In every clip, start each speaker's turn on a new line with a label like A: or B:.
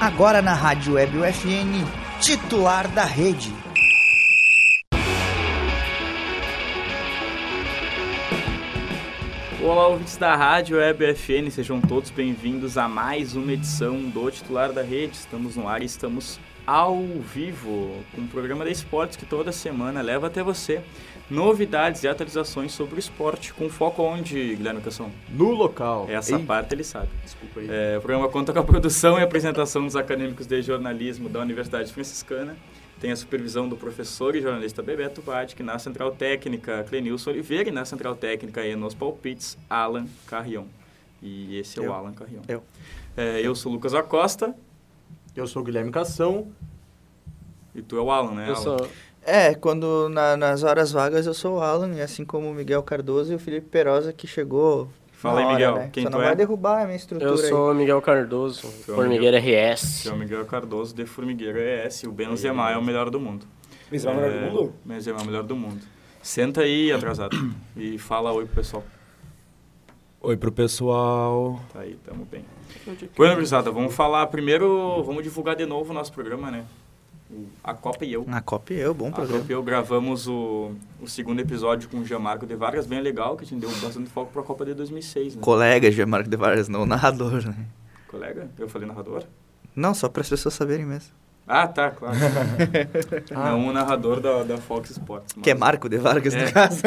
A: agora na Rádio Web UFN, titular da rede.
B: Olá, ouvintes da Rádio Web FN, sejam todos bem-vindos a mais uma edição do Titular da Rede. Estamos no ar e estamos ao vivo com o programa de esportes que toda semana leva até você novidades e atualizações sobre o esporte, com foco onde, Guilherme Cação?
C: No local.
B: Essa
C: Ei,
B: parte ele sabe.
C: Desculpa aí.
B: É, o programa conta com a produção e apresentação dos acadêmicos de jornalismo da Universidade Franciscana. Tem a supervisão do professor e jornalista Bebeto Vatic, na Central Técnica, Clenilson Oliveira, e na Central Técnica e nos palpites, Alan Carrion. E esse é
C: Eu.
B: o Alan Carrion.
C: Eu.
B: É, eu sou o Lucas Acosta
C: Eu sou o Guilherme Cação.
B: e tu é o Alan, né?
D: Eu
B: Alan?
D: sou.
A: É, quando na- nas horas vagas eu sou o Alan, e assim como o Miguel Cardoso e o Felipe Perosa que chegou. na
B: Fala aí,
A: hora,
B: Miguel,
A: né?
B: quem
A: Só
B: tu
A: não
B: é?
A: vai derrubar a minha estrutura
D: Eu sou o Miguel Cardoso,
B: Tu é o
D: Formigueiro RS.
B: Que é o Miguel Cardoso de Formigueiro ES. O Benzema é o melhor do mundo.
E: Benzema é o melhor do mundo?
B: Benzema é o melhor do mundo. Senta aí, atrasado, e fala oi pro pessoal.
F: Oi pro pessoal.
B: Tá aí, tamo bem. Bueno, gurizada, vamos falar primeiro, vamos divulgar de novo o nosso programa, né? O- A Copa e eu.
E: Um
A: aí. Na Copa e eu, bom
B: A
A: programa.
B: Copa e eu gravamos o, o segundo episódio com o Gianmarco de Vargas, bem legal, que a gente deu bastante foco pra Copa de 2006, né?
A: Colega de Marco de Vargas, não narrador, né?
B: Colega, eu falei narrador?
A: Não, só para as pessoas saberem mesmo.
B: Ah, tá, claro.
C: Ah,
B: Não o narrador da, da Fox Sports. mas-
A: Que é Marco de Vargas,
B: É.
A: no caso.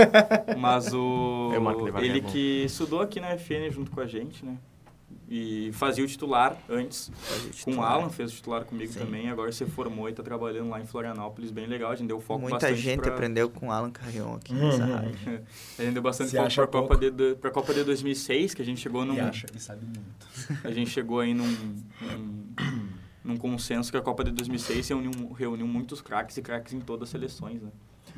B: Mas o.
C: É o Marco Levar,
B: ele
C: é bom.
B: que estudou aqui na FN junto com a gente, né? E fazia o titular antes. Com
A: tá
B: o Alan, fez o titular comigo
A: Sim.
B: também. Agora se formou e tá trabalhando lá em Florianópolis, bem legal. A gente deu foco
A: Muita
B: bastante.
A: gente
B: pra...
A: aprendeu com o Alan Carrion aqui nessa
E: Uhum.
A: rádio.
B: A gente deu bastante
E: Se
B: foco
E: acha
B: pra Copa, de, do- pra Copa de 2006, que a gente chegou num.
E: E acha que sabe muito.
B: A gente chegou aí num. num num consenso que a Copa de 2006 reuniu, reuniu muitos craques e craques em todas as seleções, né?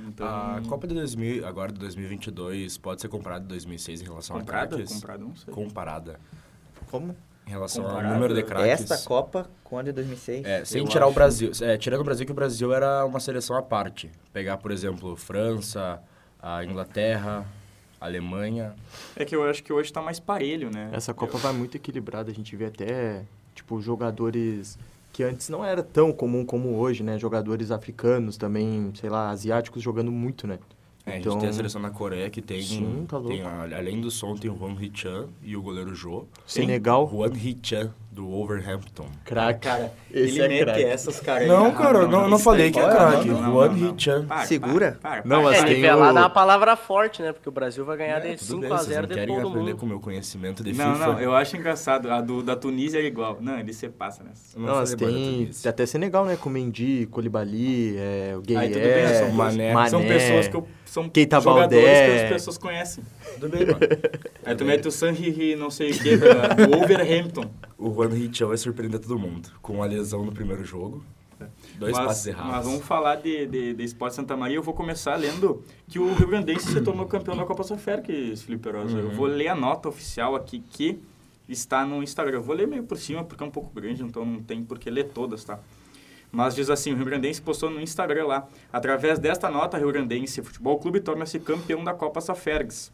B: Então,
F: A Copa de 2000, agora de 2022, pode ser comparada de 2006 em relação a
B: comprada?
F: craques?
B: Comprada, não sei.
F: Comparada.
A: Como?
F: Em relação
B: Comparada.
F: ao número de craques.
A: Esta Copa com a de 2006.
F: É, sem
B: Eu
F: tirar
B: acho.
F: o Brasil. É, tirando o Brasil, que o Brasil era uma seleção à parte. Pegar, por exemplo, França, a Inglaterra, a Alemanha.
B: É que eu acho que hoje tá mais parelho, né?
C: Essa Copa vai muito equilibrada. A gente vê até, tipo, jogadores que antes não era tão comum como hoje, né? Jogadores africanos também, sei lá, asiáticos jogando muito, né?
F: É, a
C: Então-
F: gente tem a seleção na Coreia, que tem...
C: Sim, tá louco.
F: tem a- além do som, tem o Juan Hee-chan e o goleiro Jô.
C: Senegal,
F: Juan Hee-chan, do Wolverhampton.
C: craque.
B: Cara,
C: Esse
B: ele
C: é
B: mete
C: craque.
B: essas caras né? Ah,
F: Não, cara, não- não falei que é craque. é. Juan
B: Hichan.
F: Hichan.
A: Segura.
C: Não, mas
D: É,
C: tem
D: nivelar
C: o-
D: dá uma palavra forte, né? Porque o Brasil vai ganhar de
F: É, tudo bem,
D: 5x0
F: vocês não
D: de
F: querem
D: todo
F: aprender
D: mundo.
F: com o meu conhecimento de
B: Não,
F: FIFA.
B: não, eu acho engraçado. A do, da Tunísia é igual. Não, ele se passa nessa.
F: Não, assim, tá
C: Nossa,
F: falei boa da
C: tem,
F: Tunísia.
C: tem até Senegal, né? Com Mendy, Colibali, é, o
B: Aí tudo
C: Gueye,
B: bem, são,
F: Mané.
B: são
C: Mané.
B: pessoas que eu, são
C: Keita
B: jogadores
C: Baldé.
B: que as pessoas conhecem.
F: Tudo bem, mano.
B: Aí tu mete o San Hiri, não sei o que, o Wolverhampton.
F: O Juan Hichan vai surpreender todo mundo. Com a lesão no primeiro jogo. Dois
B: mas,
F: passes errados.
B: Mas vamos falar de, de, de Esporte Santa Maria. Eu vou começar lendo que o Rio Grandense se tornou campeão da Copa Soféricas, Felipe Rosa.
F: Uhum.
B: Eu vou ler a nota oficial aqui que está no Instagram. Eu vou ler meio por cima porque é um pouco grande, então não tem por que ler todas, tá? Mas diz assim, o Rio Grandense postou no Instagram lá. Através desta nota, Rio Grandense Futebol Clube torna-se campeão da Copa Safergs.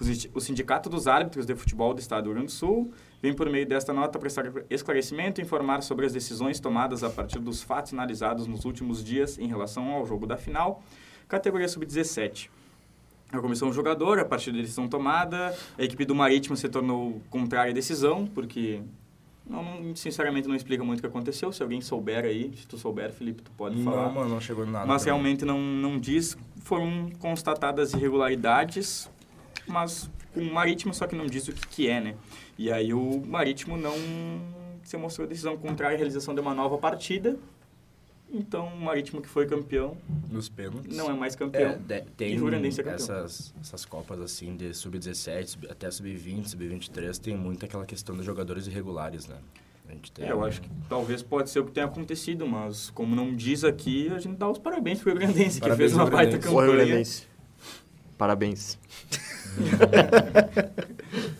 B: O sin- O Sindicato dos Árbitros de Futebol do Estado do Rio Grande do Sul vem por meio desta nota prestar esclarecimento e informar sobre as decisões tomadas a partir dos fatos analisados nos últimos dias em relação ao jogo da final, categoria sub-17. A comissão jogadora, a partir da decisão tomada, a equipe do Marítimo se tornou contrária à decisão, porque não- não- sinceramente não explica muito o que aconteceu. Se alguém souber aí, se tu souber, Felipe, tu pode falar.
F: Não, mano, não chegou em nada.
B: Mas
F: pra mim.
B: realmente não, não diz. Foram constatadas irregularidades, mas com o Marítimo só que não diz o que, que é, né? E aí o Marítimo não se mostrou a decisão contrária à realização de uma nova partida. Então o Marítimo que foi campeão
F: Nos pênaltis.
B: não é mais campeão.
F: É, de-
B: E
F: tem
B: o Rio Grandense é campeão.
F: essas, essas copas assim de sub-17 sub- até sub-20, sub-23, tem muito aquela questão dos jogadores irregulares, né? A gente tem.
B: É, eu acho que talvez pode ser o que tenha acontecido, mas como não diz aqui, a gente dá os parabéns pro Rio Grandense, que
F: Parabéns,
B: fez uma
F: Rio
B: baita
F: Grandense.
C: o Rio
B: campanha.
C: Grandense. Parabéns.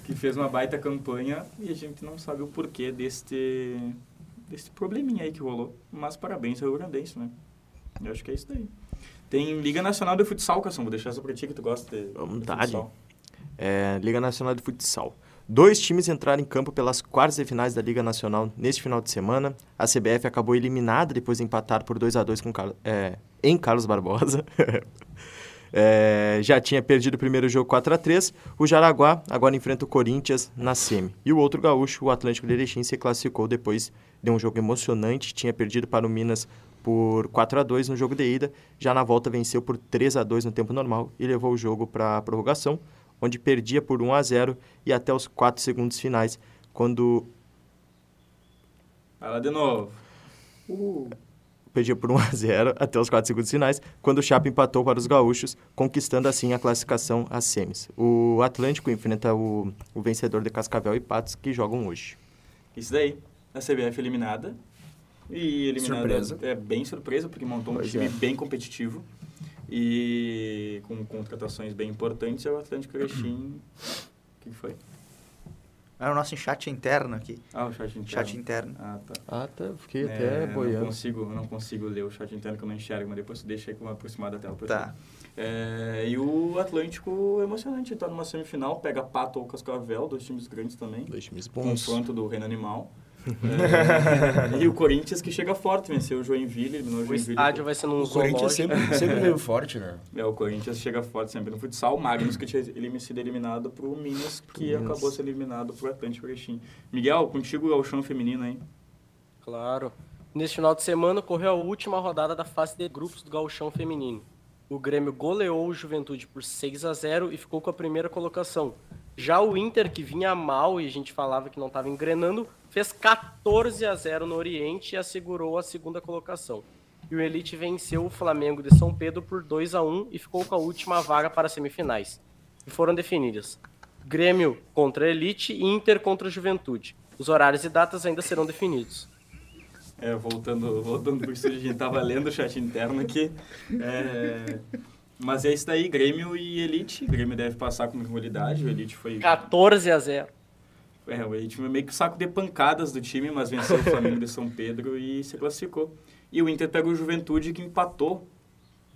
B: que fez uma baita campanha e a gente não sabe o porquê deste, deste probleminha aí que rolou. Mas parabéns ao Rio Grandense, né? Eu acho que é isso daí. Tem Liga Nacional de Futsal, Cação. Vou deixar essa pra ti que tu gosta de,
C: Vamos
B: de
C: dar,
B: futsal.
C: É, Liga Nacional de Futsal. Dois times entraram em campo pelas quartas de finais da Liga Nacional neste final de semana. A CBF acabou eliminada depois de empatar por 2 a 2 com Carlo- é, em Carlos Barbosa. É, já tinha perdido o primeiro jogo 4 a 3 O Jaraguá agora enfrenta o Corinthians na semi. E o outro gaúcho, o Atlético de Erechim, se classificou depois de um jogo emocionante. Tinha perdido para o Minas por 4 a 2 no jogo de ida. Já na volta venceu por 3 a 2 no tempo normal e levou o jogo para a prorrogação, onde perdia por 1 a 0 e até os 4 segundos finais, quando
B: Vai lá de novo. Uh,
C: perdia por 1 a 0 até os 4 segundos finais, quando o Chapa empatou para os gaúchos, conquistando assim a classificação às semis. O Atlântico enfrenta o, o vencedor de Cascavel e Patos, que jogam hoje.
B: Isso daí. A CBF eliminada. E eliminada
F: Surpresa.
B: é bem surpresa, porque montou um
C: Pois
B: time
C: é.
B: bem competitivo. E com contratações bem importantes, é o Atlético Erechim. O que que foi?
A: Era É o nosso chat interno aqui.
B: Ah, o chat interno.
A: Chat interno.
B: Ah, tá.
C: Ah, tá. Fiquei
B: É, Não consigo, eu não consigo ler o chat interno que eu não enxergo, mas depois tu deixa aí com uma aproximada da tela. por
A: Tá.
B: É, e o Atlético é emocionante, tá numa semifinal, pega Pato ou Cascavel, dois times grandes também.
C: Dois times bons.
B: Confronto do Reino Animal. É, e o Corinthians que chega forte, venceu o Joinville, eliminou o
D: O
B: Joinville.
D: estádio vai ser num
F: O Corinthians
D: zoológico.
F: sempre, sempre veio forte, né?
B: É, o Corinthians chega forte sempre no futsal. O Magnus, que tinha elim- sido eliminado pro Minas, que
C: Minas.
B: acabou sendo eliminado pro Atlético Erechim. Miguel, contigo é o chão feminino, hein?
D: Claro. Neste final de semana ocorreu a última rodada da fase de grupos do Gauchão Feminino. O Grêmio goleou o Juventude por 6 a 0 e ficou com a primeira colocação. Já o Inter, que vinha mal e a gente falava que não estava engrenando, fez 14 a 0 no Oriente e assegurou a segunda colocação. E o Elite venceu o Flamengo de São Pedro por 2 a 1 e ficou com a última vaga para as semifinais. E foram definidas Grêmio contra Elite e Inter contra Juventude. Os horários e datas ainda serão definidos.
B: É, voltando, voltando pro estúdio, a gente tava lendo o chat interno aqui. É, mas é isso daí, Grêmio e Elite. O Grêmio deve passar com rivalidade, o Elite foi...
D: Ah. 14 a 0.
B: É, o Elite foi meio que o saco de pancadas do time, mas venceu o Flamengo de São Pedro e se classificou. E o Inter pega o Juventude, que empatou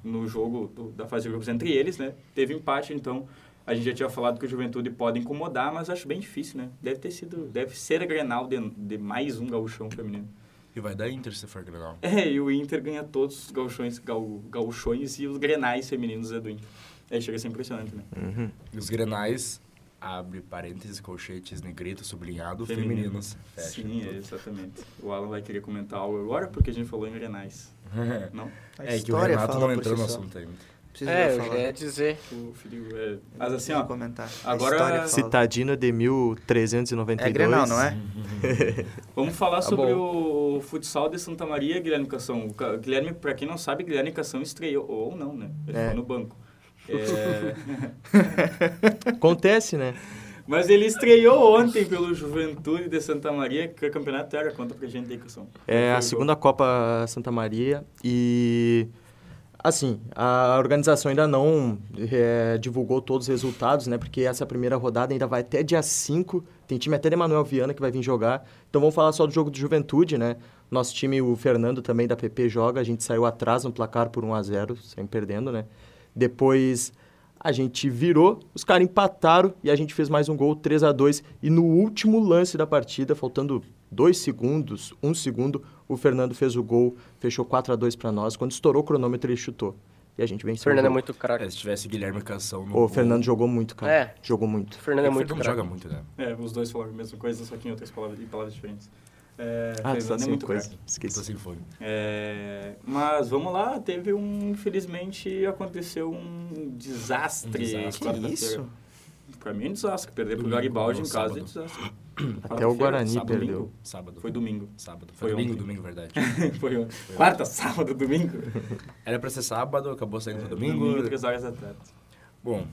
B: no jogo do- da fase de grupos entre eles, né? Teve empate, então a gente já tinha falado que o Juventude pode incomodar, mas acho bem difícil, né? Deve ter sido... Deve ser a Grenal de, de mais um gauchão feminino.
F: E vai dar Inter se for Grenal.
B: É, e o Inter ganha todos os gauchões, gau, gauchões e os grenais femininos é do Inter. É, chega a ser impressionante, né?
F: E os Grenais, abre parênteses, colchetes, negrito, sublinhado,
B: Femininos.
F: femininos. Fecha
B: Sim,
F: tudo.
B: é, exatamente. O Alan vai querer comentar algo agora porque a gente falou em grenais, não?
A: A
F: É que o
A: história
F: Renato
A: fala
F: não
A: por
F: entrou
A: si
F: no
A: só.
F: assunto ainda.
A: Precisa
D: É, eu
A: falar. né?
D: já ia dizer.
B: O Felipe, é, mas
A: Não
B: assim,
A: precisa
B: ó,
A: comentar. A
B: agora-
A: história fala.
F: tá
C: Citadino de 1392.
A: É Grenal, não é?
B: vamos falar
C: Tá
B: sobre o futsal de Santa Maria, Guilherme Cação. O Ca- Guilherme, pra quem não sabe, Guilherme Cação estreou, ou não, né? Ele
C: É.
B: ficou no banco. É,
C: Acontece, né?
B: mas ele estreou ontem pelo Juventude de Santa Maria, que é campeonato terra. Conta pra gente aí, Cação.
C: É
B: Foi
C: a
B: o jogo.
C: segunda Copa Santa Maria e assim a organização ainda não é, divulgou todos os resultados, né? Porque essa primeira rodada ainda vai até dia 5. Tem time até de Manuel Viana que vai vir jogar. Então vamos falar só do jogo de Juventude, né? Nosso time, o Fernando também da PP joga. A gente saiu atrás no placar por 1 a 0, sem perdendo, né? Depois a gente virou, os caras empataram e a gente fez mais um gol, 3 a 2 E no último lance da partida, faltando dois segundos, um segundo, o Fernando fez o gol, fechou 4 a 2 para nós. Quando estourou o cronômetro, ele chutou. E a gente
D: O
C: venceu.
D: Fernando é
C: o, gol.
D: muito craque.
F: É, se tivesse Guilherme Cação no
C: o Fernando jogou muito, cara.
D: É.
C: Jogou muito.
D: O Fernando é muito
F: não
D: craque.
F: joga muito, né?
B: É, os dois falaram a mesma coisa, só que em outras palavras, em palavras diferentes. É,
C: Ah,
B: Fernando
C: tu tá
B: é
C: sem
B: muito
C: coisa.
B: craque.
F: Eu tô
C: Esqueci.
F: sem fone.
B: É, mas vamos lá, teve um, infelizmente, aconteceu um desastre.
F: Um desastre.
B: quarta-feira.
C: né?
A: Que isso?
B: Pra mim é um desastre, perder pro
F: Domingo,
B: Garibaldi
F: não,
B: em casa
F: sábado.
B: é desastre.
C: Até
B: Quarta-feira,
C: o Guarani
B: sábado,
C: perdeu.
B: domingo.
F: Sábado.
B: Foi domingo.
F: Sábado. Foi
B: Foi
F: domingo,
B: ontem.
F: domingo, verdade.
B: Foi ontem. quarta, sábado, domingo.
F: Era pra ser sábado, acabou saindo pro É, domingo.
B: três horas da tarde.
F: Bom,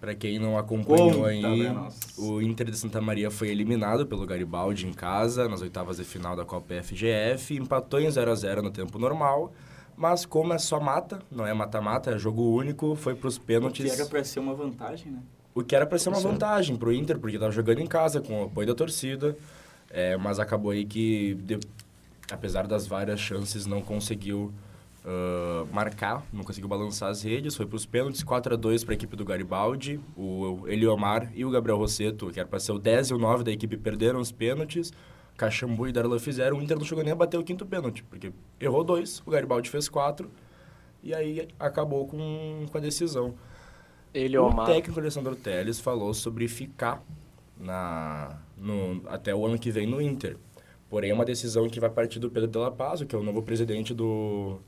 F: pra quem não acompanhou
B: Conta
F: aí,
B: pra nós.
F: o Inter de Santa Maria foi eliminado pelo Garibaldi em casa, nas oitavas de final da Copa FGF, empatou em 0 a 0 no tempo normal, mas como é só mata, não é mata-mata, é jogo único, foi pros
B: O que
F: pênaltis.
B: era pra ser uma vantagem, né?
F: O que era pra ser uma vantagem pro Inter, porque tava jogando em casa com o apoio da torcida, é, mas acabou aí que, de- apesar das várias chances, não conseguiu ah, marcar, não conseguiu balançar as redes, foi para os pênaltis, 4 a 2 para a equipe do Garibaldi. O Eliomar e o Gabriel Rosseto, que era para ser o 10 e o 9 da equipe, perderam os pênaltis. Caxambu e Darlan fizeram, o Inter não chegou nem a bater o quinto pênalti, porque errou dois, o Garibaldi fez quatro, e aí acabou com, com a decisão.
D: Ele é o
F: O
D: Omar.
F: técnico Alessandro Teles falou sobre ficar na, no- até o ano que vem no Inter. Porém, é uma decisão que vai partir do Pedro de La Paz, que é o novo presidente do,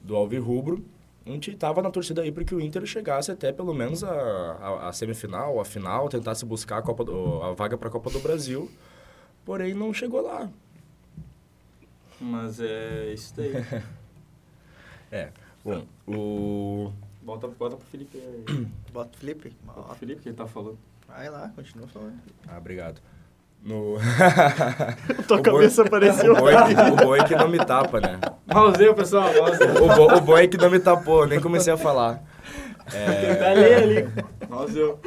F: do Alvirrubro. A gente estava na torcida aí para que o Inter chegasse até pelo menos a, a, a semifinal, a final, tentasse buscar a, Copa do- a vaga para a Copa do Brasil. Porém, não chegou lá.
B: Mas é isso daí.
F: É. Bom, o,
B: Bota, bota pro Felipe aí.
A: Bota o Felipe.
B: Bota pro
A: Ó,
B: Felipe que ele tá falando.
A: Vai lá, continua falando.
F: Ah, obrigado. No...
C: Tua
F: O boi-
C: cabeça apareceu.
F: O boi, o boi que não me tapa, né?
B: Malzinho, pessoal, malzinho.
F: O, bo, o boi que não me tapou, nem comecei a falar. É.
B: Tá ali, ali. Malzinho.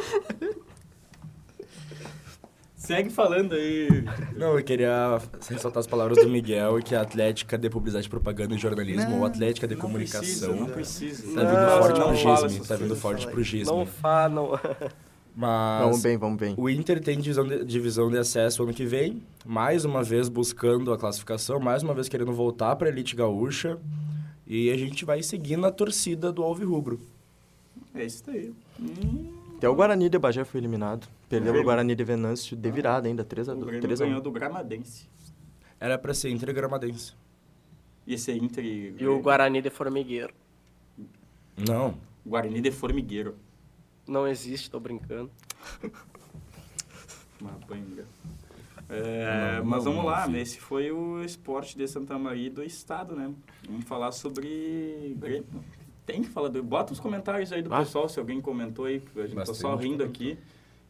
B: Segue falando aí.
F: Não, eu queria ressaltar as palavras do Miguel, que a Atlética de Publicidade, Propaganda e Jornalismo, ou Atlética de
B: Não precisa,
F: Comunicação,
B: não precisa.
F: tá vindo forte
B: não
F: pro
B: fala
F: gisme.
B: essas
F: Tá vindo
B: coisas.
F: forte pro
D: Não
F: gisme.
D: fa, não.
F: Mas...
C: Vamos bem, vamos bem.
F: O Inter tem divisão de, divisão de acesso ano que vem, mais uma vez buscando a classificação, mais uma vez querendo voltar para a Elite Gaúcha. E a gente vai seguir na torcida do Alvirrubro.
B: É isso aí. Hum,
C: Até o Guarani de Bagé foi eliminado. Perdeu
B: Grêmio.
C: o Guarani de Venâncio de virada ainda, 3 a
B: O
C: 2
B: Grêmio
C: 3 a
B: ganhou
C: 1.
B: do Gramadense.
F: Era para ser Inter e Gramadense.
B: E esse é Inter e...
D: E o Guarani de Formigueiro.
F: Não.
B: Guarani de Formigueiro.
D: Não existe, tô brincando.
B: Uma panga. É,
F: Não,
B: mas
F: não,
B: vamos
F: não,
B: lá,
F: filho.
B: esse foi o esporte de Santa Maria e do estado, né? Vamos falar sobre Grêmio. Tem que falar do. Bota os comentários aí do
C: Ah.
B: pessoal, se alguém comentou aí, que a gente
F: Bastante
B: tá só rindo aqui.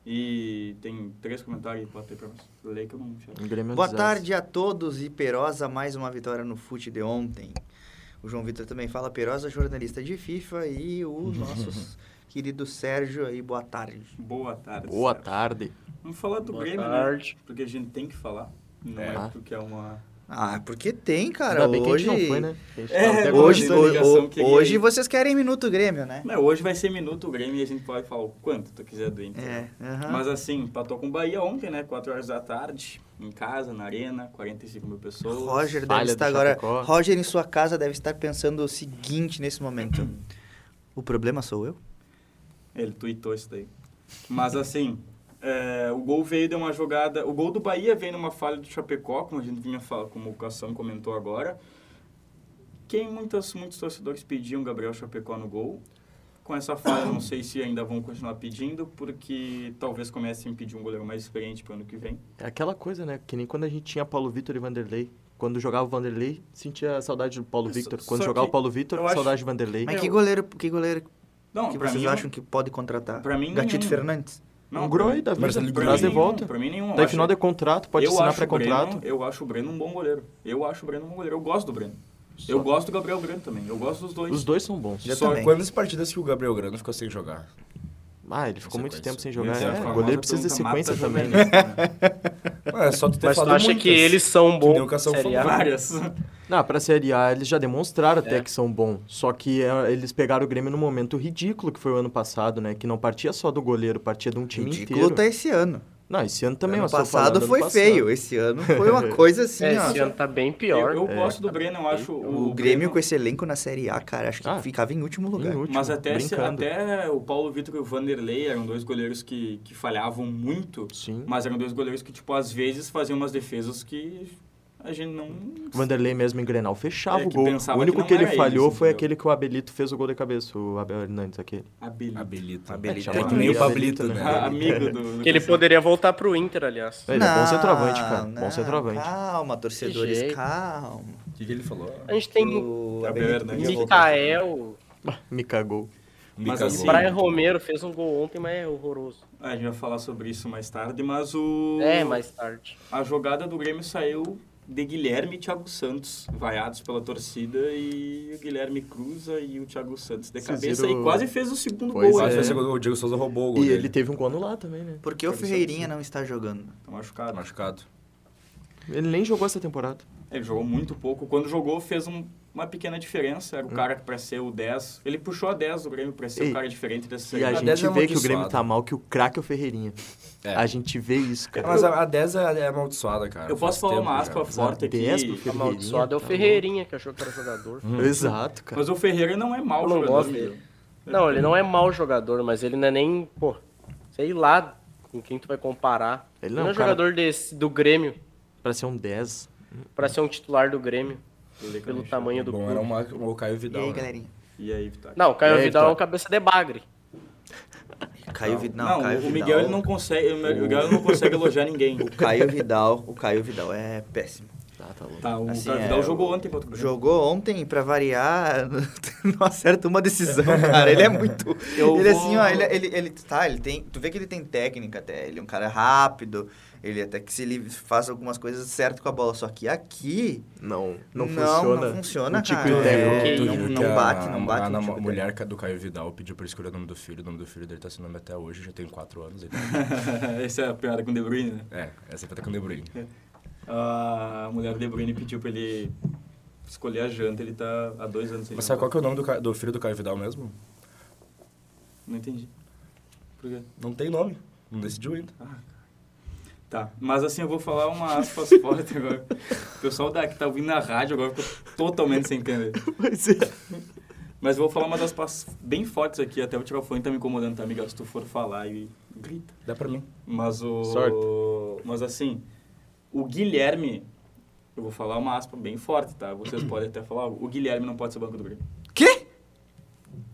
B: E tem três comentários aí, bota aí pra nós. Lê que eu não tinha.
C: O Grêmio é um
A: Boa
C: desastre.
A: tarde a todos e Perosa, mais uma vitória no fute de ontem. O João Vitor também fala Perosa, jornalista de FIFA e o nosso querido Sérgio aí, boa tarde.
B: Boa tarde.
C: Boa
B: Sérgio.
C: tarde.
B: Vamos falar do
D: Boa
B: Grêmio,
D: tarde.
B: né? Porque a gente tem que falar. Não é,
F: É.
B: porque é uma.
A: Ah, porque tem, cara,
C: Ainda bem
A: hoje...
C: que a gente não foi, né? A gente
B: É,
C: tava até
A: Hoje,
B: Agora,
A: ho-
B: ligação,
A: ho-
B: queria
A: hoje
B: ir.
A: vocês querem minuto Grêmio,
C: Ah.
A: né?
B: Não, hoje vai ser minuto o Grêmio e a gente pode falar o quanto tu quiser do Inter.
A: É, aham.
B: Mas assim, empatou com o Bahia ontem, né? 4 horas da tarde, em casa, na arena, 45 mil pessoas.
A: Roger
C: Falha
A: deve
C: do
A: estar agora.
C: Chapecó.
A: Roger em sua casa deve estar pensando o seguinte nesse momento. O problema sou eu?
B: Ele tweetou isso daí. Mas assim, é, o gol veio de uma jogada. O gol do Bahia veio numa falha do Chapecó, como a gente vinha falando, como o Cação comentou agora. Quem muitas, muitos torcedores pediam Gabriel Chapecó no gol. Com essa falha, não sei se ainda vão continuar pedindo, porque talvez comecem a pedir um goleiro mais experiente para ano que vem.
C: É aquela coisa, né? Que nem quando a gente tinha Paulo Vitor e Vanderlei. Quando jogava o Vanderlei, sentia saudade do Paulo
B: Só-
C: Vitor.
B: só
C: Quando jogava
B: que
C: o Paulo Vitor,
B: eu acho-
C: saudade do Vanderlei. Um
A: Mas
B: Eu-
A: que goleiro, que goleiro
B: Não,
A: que
B: pra
A: vocês
B: mim,
A: acham que pode contratar?
B: pra mim,
A: Gatito
B: nenhum.
A: Fernandes?
B: Não, é
C: um
B: pra
C: Groy
B: mim-
C: da vida,
F: Marcelo
C: traz de
B: nenhum,
C: volta.
B: Pra mim nenhum.
C: Daí
B: Eu
C: final
B: acho-
C: de contrato, pode
B: eu
C: assinar
B: acho um o
C: pré-contrato.
B: Breno- Eu acho o Breno um bom goleiro. Eu acho o Breno um bom goleiro. Eu gosto do Breno. Eu gosto do Gabriel Breno também. Eu gosto dos dois.
C: Os dois são bons.
A: Eu
F: Só
A: também.
F: quantas partidas que o Gabriel Grano ficou sem jogar?
C: Ah, ele ficou
F: Essa
C: muito
F: coisa.
C: tempo sem
B: Meu
C: jogar.
B: Deus, a
C: É, o
B: famosa
C: goleiro precisa de
B: pergunta mata
C: sequência também, né?
B: jornalista, né?
F: Mano, é só tu ter
D: Mas tu
F: falado
D: acha
F: muitas.
D: que eles são
F: nem o
D: bons?
F: Cação
D: Série A?
F: falou.
B: Várias.
C: Não, pra Série A eles já demonstraram até que são bons. Só que é, eles pegaram o Grêmio num momento ridículo que foi o ano passado, né? Que não partia só do goleiro, partia de um time
A: Ridículo
C: inteiro.
A: tá esse ano.
C: Não, esse ano também,
A: ano
C: eu só tô
A: passado
C: falando ano
A: foi
C: passado.
A: feio, esse ano foi uma coisa assim,
D: É,
A: ó.
D: esse ano tá bem pior.
B: Eu, eu gosto do Breno, eu acho.
A: O Grêmio com esse elenco na Série A, cara, acho que
C: Ah,
A: ficava em último lugar.
C: último,
B: Mas até, esse-
C: brincando.
B: até o Paulo Vitor e o Vanderlei eram dois goleiros que, que falhavam muito,
C: Sim.
B: mas eram dois goleiros que, tipo, às vezes faziam umas defesas que a gente não.
C: O Vanderlei mesmo em Grenal fechava
B: É,
C: o
B: que
C: gol.
B: pensava
C: O único
B: que
C: que,
B: não
C: ele
B: era
C: falhou
B: eles,
C: foi
B: entendeu?
C: aquele que o Abelito fez o gol de cabeça, o Abel Hernandes aquele.
B: Abelino.
F: Abelito.
C: Abelito.
F: É que nem o
C: Abelito,
F: Pablito, né?
C: né?
B: Amigo do. do
D: Que ele
B: Cassiano.
D: poderia voltar pro Inter, aliás.
C: Ele é bom
A: Não,
C: centroavante, cara. bom
A: não,
C: centroavante.
A: Calma,
D: Que
A: torcedores,
D: jeito.
A: calma.
F: O que, que ele falou?
D: A gente tem
A: O
B: Gabriel
A: Abelito
B: Hernandes.
A: podia voltar.
D: Mikael,
C: Me cagou.
B: Mas
F: Nicasio.
B: assim,
D: Brian Romero fez um gol ontem, mas é horroroso.
B: Ah, A gente vai falar sobre isso mais tarde, mas o.
D: É, mais tarde.
B: A jogada do Grêmio saiu de Guilherme e Thiago Santos, vaiados pela torcida, e o Guilherme cruza e o Thiago Santos de
C: Vocês
B: cabeça
C: viram-
B: e quase fez o segundo
C: Pois
B: gol.
C: é.
F: Quase
B: né?
F: fez o gol, O Diego Souza roubou o gol
C: E
F: dele.
C: ele teve um gol anulado também, né?
A: Por que o Ferreirinha não está jogando?
B: Tá machucado.
F: Machucado.
C: Ele nem jogou essa temporada.
B: Ele jogou muito pouco. Quando jogou, fez um, uma pequena diferença. Era o cara para ser o 10. Ele puxou a 10 do Grêmio para ser
C: Hum. E-
B: um cara diferente dessa
C: E
B: série.
C: a
F: A
C: gente
F: 10 é
C: vê que o Grêmio
F: amaldiçoado.
C: tá mal, que o craque é o Ferreirinha.
B: É.
C: A gente vê isso, cara.
F: Mas a, a 10 é, é amaldiçoada, cara.
B: Eu posso
F: Faz
B: falar uma
F: tempo
B: aspa
F: já.
B: forte
C: A 10 pro
B: aqui.
C: Ferreirinha,
D: Amaldiçoado é o
C: tá Hum.
D: Ferreirinha, que achou que era jogador.
C: louco. Exato, cara.
B: Mas o Ferreira não é mau
D: Eu não
B: jogador.
D: gosto dele.
B: É.
D: Não, ele não é mau jogador, mas ele não é nem, pô, sei lá com quem tu vai comparar.
C: Ele
D: Ele
C: não é
D: não, é
C: um cara-
D: jogador desse, do Grêmio
C: Pra ser um 10.
D: pra ser um titular do Grêmio,
B: Ele
D: pelo
B: também.
D: tamanho do
F: Bom,
D: clube.
B: um
F: era uma, o Caio
A: E
F: Vidal.
A: aí,
F: né?
A: galerinha?
B: E aí, Vitória?
D: Não, o Caio
C: E aí,
D: Vidal é
C: Vitor?
D: um cabeça de bagre.
A: Caio Vidal.
B: Não,
A: Caio
B: o
A: Vidal.
B: Miguel ele não consegue, o Miguel ele não consegue elogiar ninguém.
A: O Caio Vidal, o Caio Vidal é péssimo.
C: Tá, tá louco.
B: Tá, o
A: Assim,
B: Caio
A: é,
B: Vidal
A: o-
B: jogou ontem contra o Grêmio.
A: Jogou ontem, pra variar, não acerta uma decisão, cara. Ele é muito.
B: Eu
A: ele
B: vou-
A: assim, ó, ele, ele, ele- tá, ele tem. Tu vê que ele tem técnica até. Ele é um cara rápido. Ele até que se ele faz algumas coisas certo com a bola. Só que aqui.
C: Não, não,
A: Não,
C: funciona. Um tipo
A: não funciona,
C: O Tico
A: cara.
C: Inteiro.
A: É.
F: Tu
A: não-
F: viu
A: não
F: que a-
A: bate, não
F: a-
A: bate
F: A,
A: no
F: na-
A: Tico
F: mulher ca- do Caio Vidal pediu pra escolher o nome do filho. O nome do filho dele tá sem nome até hoje, já tem 4 anos. ele-
B: Essa é a piada com o De Bruyne, né?
F: é, essa vai estar com o De Bruyne.
B: A mulher do De Bruyne pediu pra ele escolher a janta, ele tá há dois anos sem
F: Mas sabe
B: jantar.
F: qual que é o nome do, Ca- do filho do Caio Vidal mesmo?
B: Não entendi. Por quê?
F: Não tem nome. Não decidiu ainda.
B: Tá, mas assim, eu vou falar uma aspas forte agora. O pessoal da, que tá ouvindo na rádio agora ficou totalmente sem entender.
C: Mas é-
B: Mas eu vou falar umas aspas bem fortes aqui, até o microfone tá me incomodando, tá, Miguel? Se tu for falar e grita.
F: Dá pra mim.
B: Mas o. Mas assim, o Guilherme. Eu vou falar uma aspa bem forte, tá? Vocês podem até falar. O Guilherme não pode ser banco do Grêmio.
A: Quê?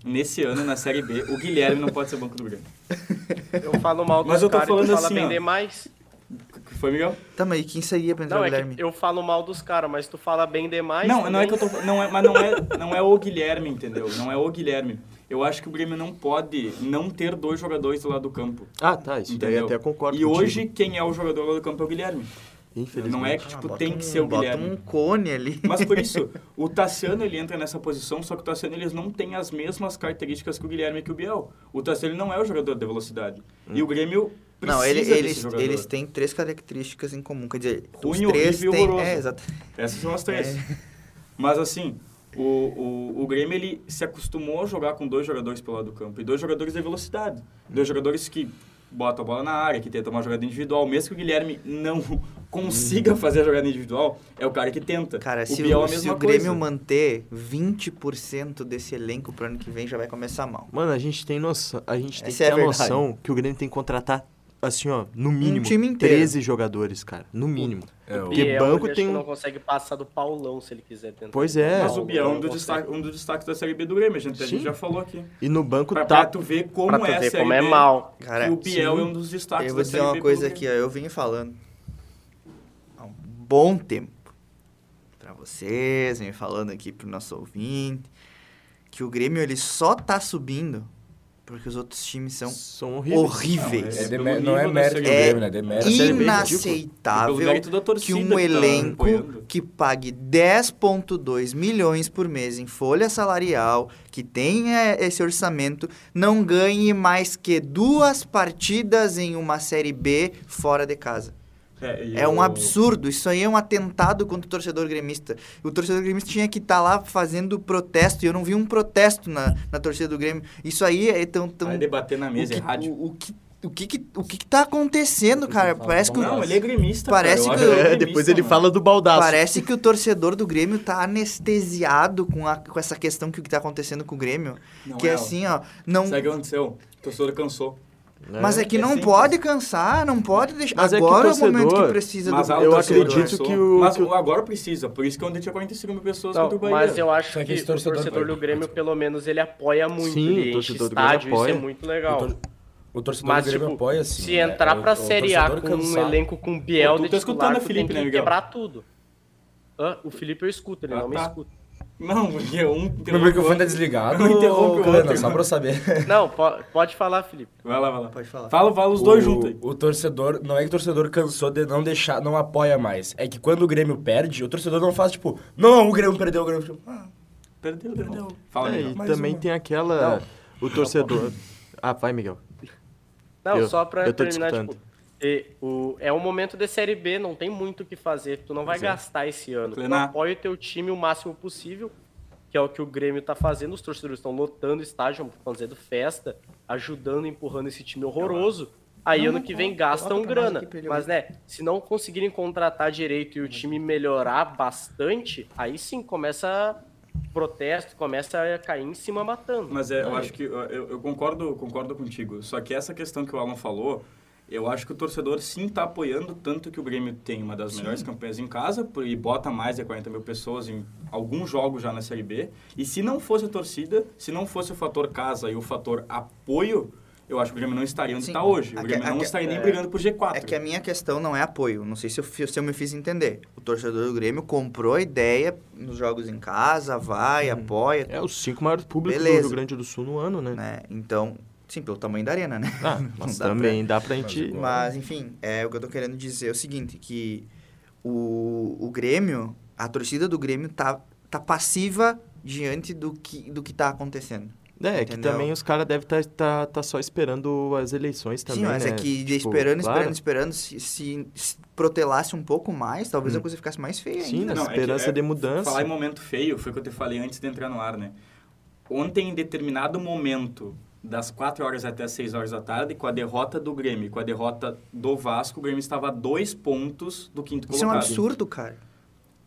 B: Nesse ano, na Série B, o Guilherme não pode ser banco do Grêmio.
D: Eu falo mal
B: Mas
D: dos
B: eu tô
D: caras e tu
B: falando
D: fala
B: assim,
D: bem
B: ó.
D: demais.
B: Que Foi, Miguel?
A: Tá, mas e quem seria pra entrar
D: Não,
A: o
D: é
A: Guilherme?
D: que eu falo mal dos caras, mas tu fala bem demais.
A: tá
B: não, não é que eu
D: também.
B: tô. Não é, mas não é, não é o Guilherme, entendeu? Não é o Guilherme. Eu acho que o Grêmio não pode não ter dois jogadores do lado do campo.
C: Ah, tá. Isso daí
B: entendeu?
C: até concordo
B: E
C: contigo.
B: hoje, quem é o jogador do lado do campo é o Guilherme.
C: Infelizmente.
B: Não é que, tipo,
A: Ah, bota
B: tem
A: um-
B: que ser o
A: bota
B: Guilherme.
A: um cone ali.
B: Mas por isso, o Tassiano ele entra nessa posição, só que o Tassiano eles não tem as mesmas características que o Guilherme e que o Biel. O Tassiano ele não é o jogador de velocidade. E o Grêmio precisa
A: Hum. Não, ele-
B: desse
A: eles,
B: jogador.
A: eles têm três características em comum. Quer dizer,
B: Ruim,
A: os três
B: horrível e
A: têm.
B: horroroso.
A: É, exato.
B: Essas são as três.
A: É.
B: Mas assim, o, o, o Grêmio ele se acostumou a jogar com dois jogadores pelo lado do campo. E dois jogadores de velocidade. Dois
A: Hum.
B: jogadores que botam a bola na área, que tentam uma jogada individual. Mesmo que o Guilherme não consiga fazer a jogada individual, é o cara que tenta.
A: Hum. Cara,
B: o
A: se,
B: Biel é
A: o,
B: a
A: se
B: mesma
A: o Grêmio
B: coisa.
A: manter 20% desse elenco pro ano que vem, já vai começar mal.
C: Mano, a gente tem noção, a gente tem
A: Essa
C: que
A: é
C: ter
A: a
C: a
A: verdade.
C: noção que o Grêmio tem que contratar assim, ó, no mínimo
A: time inteiro.
C: 13 jogadores, cara, no mínimo.
F: É, o...
D: E
C: Porque
D: é,
C: banco
D: eu acho
C: tem
D: que
C: um-
D: não consegue passar do Paulão se ele quiser tentar.
C: Pois é.
B: Mas o Biel é um, do
D: Não
B: destaque, um dos destaques da Série B do Grêmio, a gente, a gente
C: Sim.
B: já falou aqui.
C: E no banco
B: Pra, pra
C: tá
B: tu ver como
D: pra tu
B: é a
D: ver
B: Série
D: como é
B: B,
D: mal.
A: Cara,
B: e o Biel
A: sim.
B: é um dos destaques
A: Eu vou
B: da
A: dizer
B: Série
A: uma
B: B
A: coisa
B: pelo
A: aqui, ó. Eu venho falando há um bom tempo pra vocês, venho falando aqui pro nosso ouvinte, que o Grêmio ele só tá subindo porque os outros times são
C: são horríveis.
A: horríveis.
F: é
B: Não,
F: demé-
B: pelo
F: não é
B: nível da
F: mérito do
B: Série B.
F: Grêmio, né? É demérito.
C: Série
B: Tipo,
C: B é
B: tá
A: Inaceitável
B: Pelo mérito da torcida
A: que
B: que
A: um
B: tá
A: elenco
B: apoiando.
A: que pague 10,2 milhões por mês em folha salarial, que tenha esse orçamento, não ganhe mais que duas partidas em uma Série B fora de casa.
B: É, e
A: É um
B: o-
A: absurdo, isso aí é um atentado contra o torcedor gremista. O torcedor gremista tinha que estar lá fazendo protesto, e eu não vi um protesto na, na torcida do Grêmio. Isso aí é tão... tão
B: Vai debater na mesa, é rádio.
A: o, o que, o, que, que- o que que tá acontecendo, cara? Parece que, o-
B: Não, ele é gremista,
A: Parece
B: cara,
A: que-
B: eu acho ele
C: É,
B: gremista,
C: depois ele
B: mano.
C: fala do baldaço.
A: parece que o torcedor do Grêmio tá anestesiado com, a- com essa questão que, que tá acontecendo com o Grêmio.
B: Não
A: que é
B: é, ó.
A: assim, ó. Não,
B: Sabe o que aconteceu? O torcedor cansou.
C: né?
A: mas é que
B: É
A: não
B: simples.
A: pode cansar, não pode deixar.
C: Mas é que o
A: Agora é,
C: torcedor-
A: o momento que precisa
B: Mas
A: do
B: ah,
C: eu
B: o torcedor
C: acredito
B: cansou.
C: que o-
B: Mas
C: que o-
B: agora precisa, por isso que ontem tinha 45 mil pessoas
D: Não,
B: contra o Bahia.
D: mas eu acho
F: Só que
D: que,
F: esse
D: o
F: torcedor
D: torcedor,
F: apoia.
D: do Grêmio, pelo menos, ele apoia muito.
C: Sim, o
D: ele enche
C: torcedor do Grêmio
D: estádio, isso é
C: apoia.
D: muito
F: o
D: legal.
F: tor- o torcedor
D: Mas,
F: do Grêmio
D: tipo,
F: apoia, assim.
D: se
F: né?
D: entrar
F: É,
D: pra
F: o- o
D: Série A com
F: torcedor
D: um
F: cansado.
D: elenco com Biel
B: Ô, tu
D: de
B: tá escutando,
D: titular,
B: né,
D: tu tem
B: Felipe,
D: que
B: né, Miguel?
D: quebrar tudo. Hã? o Felipe eu escuto, ele
B: Ah,
D: não me
B: tá.
D: escuta.
B: Não, porque um...
F: Meu microfone tá desligado.
B: Não interrompe o
F: Cana,
B: outro.
F: Só pra eu saber.
D: Não, po- pode falar, Felipe.
B: Vai lá, vai lá.
A: Pode falar.
B: Fala, fala os dois
F: o,
B: juntos aí.
F: O torcedor, não é que o torcedor cansou de não deixar, não apoia mais. É que quando o Grêmio perde, o torcedor não faz tipo, não, o Grêmio perdeu, o Grêmio perdeu. Ah,
B: Perdeu, perdeu. Fala,
C: É,
B: Miguel.
C: e
F: Mais
C: também
F: uma.
C: tem aquela o torcedor. Ah, vai, Miguel.
D: Não,
C: Eu-
D: só pra
C: eu tô
D: terminar,
C: escutando.
D: tipo, e o, é um momento de Série
C: é.
D: B, não tem muito o que fazer. Tu não vai gastar esse ano. Tu
B: Plenar.
D: apoia o teu time o máximo possível. que é o que o Grêmio tá fazendo. Os torcedores estão lotando o estádio, fazendo festa, ajudando, empurrando esse time horroroso. Aí
A: Não,
D: ano
A: não,
D: que vem
A: não.
D: gastam
A: Coloca pra nós
D: grana.
A: aqui pra ele
D: Mas, né, se não conseguirem contratar direito e o time melhorar bastante, aí sim começa protesto, começa a cair em cima matando.
B: Mas é, eu acho que eu, eu concordo, concordo contigo. Só que essa questão que o Alan falou, eu acho que o torcedor sim está apoiando tanto que o Grêmio tem uma das melhores campanhas em casa por- e bota mais de 40 mil pessoas em alguns jogos já na Série B. E se não fosse a torcida, se não fosse o fator casa e o fator apoio, eu acho que o Grêmio não estaria onde
A: Sim.
B: está hoje.
A: A
B: O
A: que-
B: Grêmio
A: a
B: não
A: que-
B: estaria nem
A: é-
B: brigando por G4.
A: É que a minha questão não é apoio. Não sei se eu, fi- se eu me fiz entender. O torcedor do Grêmio comprou a ideia nos jogos em casa, vai, apoia,
C: É os cinco maiores públicos do
A: Beleza.
C: Rio Grande do Sul no ano, né?
A: né? Então, sim, pelo tamanho da arena, né?
C: Ah,
A: Não
C: mas
A: dá pra-
C: também dá pra gente...
F: igual.
A: Mas, enfim, é, o que eu tô querendo dizer é o seguinte, que o, o Grêmio, a torcida do Grêmio tá, tá passiva diante do que, do que tá acontecendo.
C: É, que
A: Entendeu?
C: também os caras devem estar tá, só esperando as eleições também,
A: Sim, mas
C: né?
A: é que de
C: Tipo,
A: esperando,
C: claro.
A: esperando, esperando, se, se, se protelasse um pouco mais, talvez a coisa ficasse mais feia
C: Hum. Sim,
A: ainda.
C: na
B: Não, é que
C: esperança
B: é-
C: de mudança.
B: Falar em momento feio foi o que eu te falei antes de entrar no ar, né? Ontem, em determinado momento, das 4 horas até as 6 horas da tarde, com a derrota do Grêmio, com a derrota do Vasco, o Grêmio estava a dois pontos do quinto
A: Isso é um
B: colocado.
A: absurdo, cara.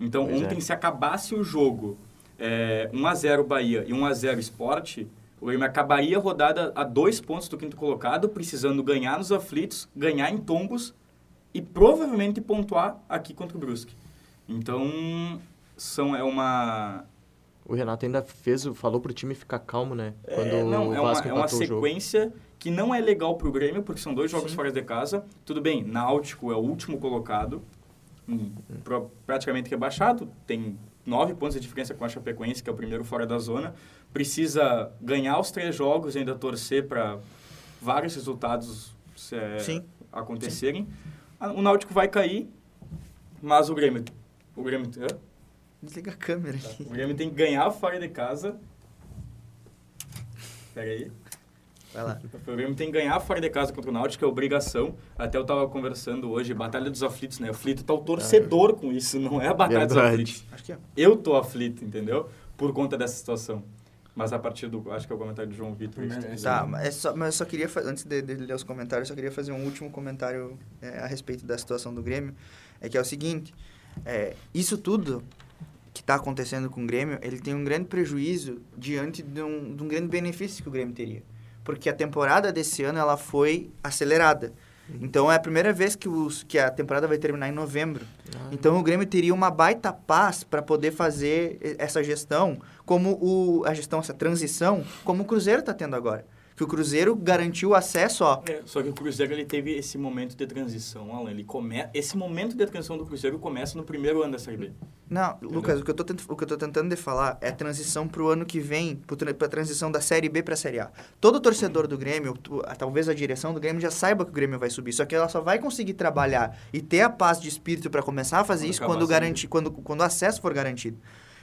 B: Então,
C: Pois
B: ontem,
C: é.
B: se acabasse o jogo é, 1x0 Bahia e 1x0 Esporte, o Grêmio acabaria a rodada a dois pontos do quinto colocado, precisando ganhar nos aflitos, ganhar em tombos e provavelmente pontuar aqui contra o Brusque. Então, são, é uma,
C: O Renato ainda fez, o- falou pro time ficar calmo, né? Quando
B: É, não,
C: o
B: é uma,
C: Vasco
B: é uma
C: empatou o jogo.
B: sequência que não é legal pro Grêmio, porque são dois jogos fora de casa. Tudo bem, Náutico é o último colocado, hum, pra- praticamente rebaixado, tem nove pontos de diferença com a Chapecoense, que é o primeiro fora da zona. Precisa ganhar os três jogos e ainda torcer para vários resultados é,
A: Sim.
B: acontecerem. Ah, O Náutico vai cair, mas o Grêmio... O Grêmio, hã?
A: Desliga a câmera
B: Tá.
A: aqui.
B: o Grêmio tem que ganhar fora de casa. Pera aí.
C: Tá.
A: Vai lá.
B: O Grêmio tem que ganhar fora de casa contra o Náutico, é obrigação. Até eu tava conversando hoje, Batalha dos Aflitos, né? Aflito tá o torcedor com isso, não é a Batalha dos
C: Verdade.
B: Aflitos.
A: Acho que é.
B: Eu tô aflito, entendeu? Por conta dessa situação. Mas a partir do. Acho que é o comentário do João Vitor. isso.
A: Tá, mas, é só, mas eu só queria, fa- antes de, de ler os comentários, eu só queria fazer um último comentário é, a respeito da situação do Grêmio. É que é o seguinte, é, isso tudo que está acontecendo com o Grêmio, ele tem um grande prejuízo diante de um, de um grande benefício que o Grêmio teria. Porque a temporada desse ano, ela foi acelerada. Então, é a primeira vez que, os, que a temporada vai terminar em novembro. Então, o Grêmio teria uma baita paz para poder fazer e- essa gestão, como o, a gestão, essa transição, como o Cruzeiro está tendo agora. Que o Cruzeiro garantiu acesso, ó.
B: É, Só que o Cruzeiro ele teve esse momento de transição, Alan. Ele come... Esse momento de transição do Cruzeiro começa no primeiro ano da Série B.
A: Não, Lucas, o que, eu tô tent- o que eu tô tentando de falar é a transição pro ano que vem, pro tra- pra transição da Série B pra Série A. Todo torcedor do Grêmio, tu- a- talvez a direção do Grêmio já saiba que o Grêmio vai subir, só que ela só vai conseguir trabalhar e ter a paz de espírito pra começar a fazer
B: Quando
A: isso
B: acabar
A: quando,
B: a Série
A: garanti, quando, quando o acesso for garantido.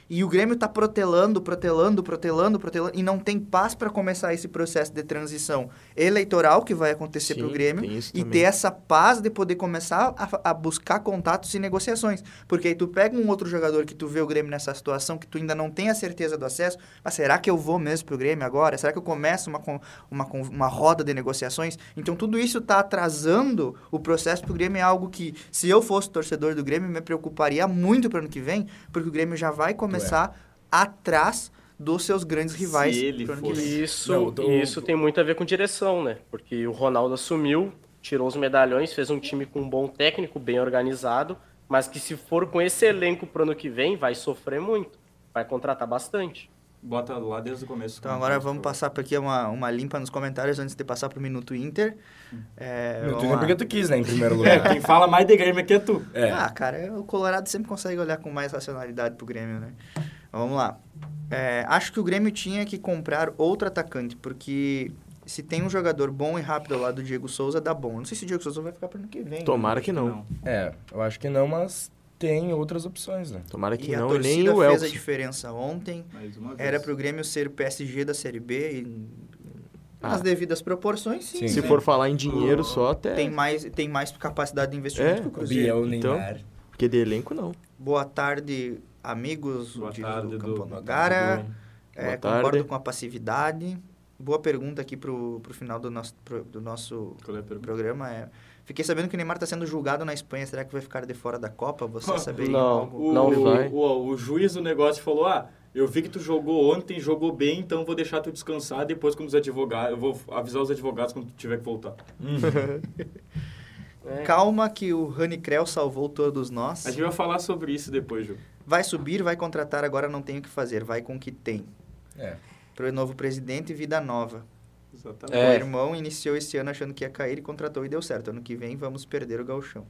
A: E o Grêmio tá protelando, protelando, protelando, protelando, e não tem paz pra começar esse processo de transição eleitoral que vai acontecer
C: Sim,
A: pro Grêmio
C: tem isso
A: e
C: também.
A: ter essa paz de poder começar a, fa- a buscar contatos e negociações. Porque aí tu pega um outro jogador que tu vê o Grêmio nessa situação, que tu ainda não tem a certeza do acesso, mas será que eu vou mesmo pro Grêmio agora? Será que eu começo uma, con- uma, con- uma roda de negociações? Então tudo isso tá atrasando o processo pro Grêmio, é algo que, se eu fosse torcedor do Grêmio, me preocuparia muito pro ano que vem, porque o Grêmio já
B: é.
A: vai começar atrás dos seus grandes rivais
B: Se ele
A: pro ano que
B: fosse-
A: vem.
D: E Isso,
F: Não, então-
D: e isso tem muito a ver com direção, né? Porque o Ronaldo assumiu, tirou os medalhões, fez um time com um bom técnico, bem organizado, mas que se for com esse elenco pro ano que vem, vai sofrer muito. Vai contratar bastante.
B: Bota lá desde o começo.
A: Então agora vamos passar por aqui uma, uma limpa nos comentários antes de passar pro Minuto Inter. É,
F: Meu,
A: vamos
F: tu
A: lá.
F: é porque tu quis, né, em primeiro
B: É,
F: lugar.
B: quem fala mais de Grêmio aqui é tu.
F: É.
A: Ah, cara, o Colorado sempre consegue olhar com mais racionalidade pro Grêmio, né? Vamos lá. É, acho que o Grêmio tinha que comprar outro atacante, porque se tem um jogador bom e rápido ao lado do Diego Souza, dá bom. Não sei se o Diego Souza vai ficar pro ano que vem. né?
C: Tomara que não.
F: É, eu acho que não, mas tem outras opções, né?
C: Tomara que
A: E a
C: não, e
A: torcida
C: nem o
A: fez a
C: Elkson.
A: diferença ontem.
B: Mais uma vez.
A: Era pro Grêmio ser o PSG da Série B, e...
C: Ah.
A: nas devidas proporções, sim.
F: Sim.
C: Se
A: né?
C: for falar em dinheiro só, até...
A: Tem mais, tem mais capacidade de investimento
C: É,
A: que o Cruzeiro.
F: Biel
C: Então?
F: Neymar.
C: Porque de elenco, não.
A: Boa tarde, amigos
B: Boa
A: de,
B: tarde,
A: do
B: Edu.
A: Campo
B: Boa
A: Nogara.
F: Edu.
A: É,
C: Boa
A: concordo
C: tarde.
A: com a passividade. Boa pergunta aqui pro, pro final do nosso, pro- do nosso
B: Qual é a
A: o
B: pergunta?
A: programa é. Fiquei sabendo que o Neymar está sendo julgado na Espanha. Será que vai ficar de fora da Copa? Você saberia
C: não.
A: algo?
B: O,
C: Não vai.
B: O, o juiz do negócio falou, ah, eu vi que tu jogou ontem, jogou bem, então vou deixar tu descansar depois quando os advogados... Eu vou avisar os advogados quando tu tiver que voltar.
D: É.
A: Calma que o Rani Krell salvou todos nós.
B: A gente vai falar sobre isso depois, Ju.
A: Vai subir, vai contratar, agora não tem o que fazer. Vai com o que tem.
F: É.
A: Pro novo presidente, vida nova.
B: Exatamente.
D: É.
A: O irmão iniciou esse ano achando que ia cair e contratou e deu certo. Ano que vem vamos perder o galchão.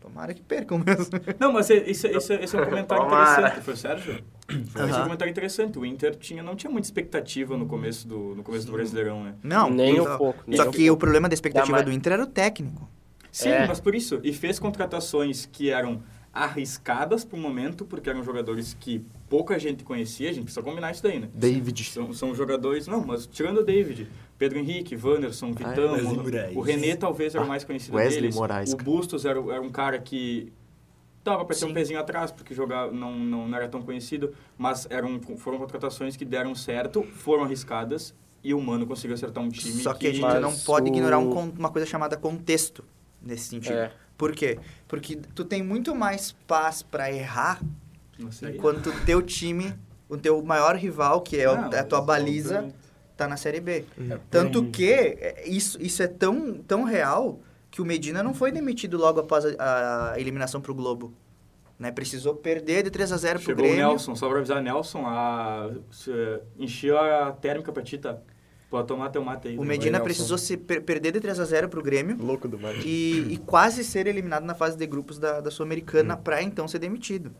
A: Tomara que percam mesmo.
B: Não, mas esse, esse, esse é um comentário
D: Tomara.
B: interessante, foi o Sérgio? Esse é um
A: Aham.
B: comentário interessante. O Inter tinha, não tinha muita expectativa no começo do, no começo do Brasileirão, né?
A: Não,
D: Nem
A: só-
D: um pouco. nem
A: Só
D: um
A: que o
D: pouco.
A: problema da expectativa
D: mais-
A: do Inter era o técnico.
B: Sim,
D: É.
B: mas por isso. E fez contratações que eram arriscadas pro momento, porque eram jogadores que pouca gente conhecia. A gente precisa combinar isso daí, né?
C: David.
B: São, são jogadores... Não, mas tirando o David, Pedro Henrique,
A: Ah, é
B: Wanderson, Vitão...
F: Wesley
B: o-
F: Moraes.
B: o René talvez era o mais conhecido
C: Wesley
B: deles.
C: Moraes,
B: o
C: cara.
B: Bustos era, era um cara que... Dava pra ser um
A: Sim.
B: pezinho atrás, porque jogar não, não, não era tão conhecido, mas eram, foram contratações que deram certo, foram arriscadas, e o Mano conseguiu acertar um time
A: Só que a gente
C: Mas
A: não pode
C: o-
A: ignorar um con- uma coisa chamada contexto nesse sentido.
D: É.
A: Por quê? Porque tu tem muito mais paz pra errar
B: Nossa, aí-
A: enquanto o teu time, o teu maior rival, que é o-
B: Não,
A: a tua
B: mas-
A: baliza, tá na Série B.
F: É,
A: Tanto
F: porém,
A: que é, isso, isso é tão, tão real que o Medina não foi demitido logo após a, a eliminação pro Globo. Né? Precisou perder de 3 a 0 pro
B: Chegou o
A: Grêmio.
B: Nelson, só pra avisar, Nelson, a, se- encheu a térmica pra ti, tá? Pode tomar teu mate aí.
A: O
B: né?
A: Medina
F: Nelson.
A: precisou se per- perder de 3 a 0 pro Grêmio.
C: Louco do mar.
A: e, e quase ser eliminado na fase de grupos da, da Sul-Americana
B: Hum.
A: pra então ser demitido.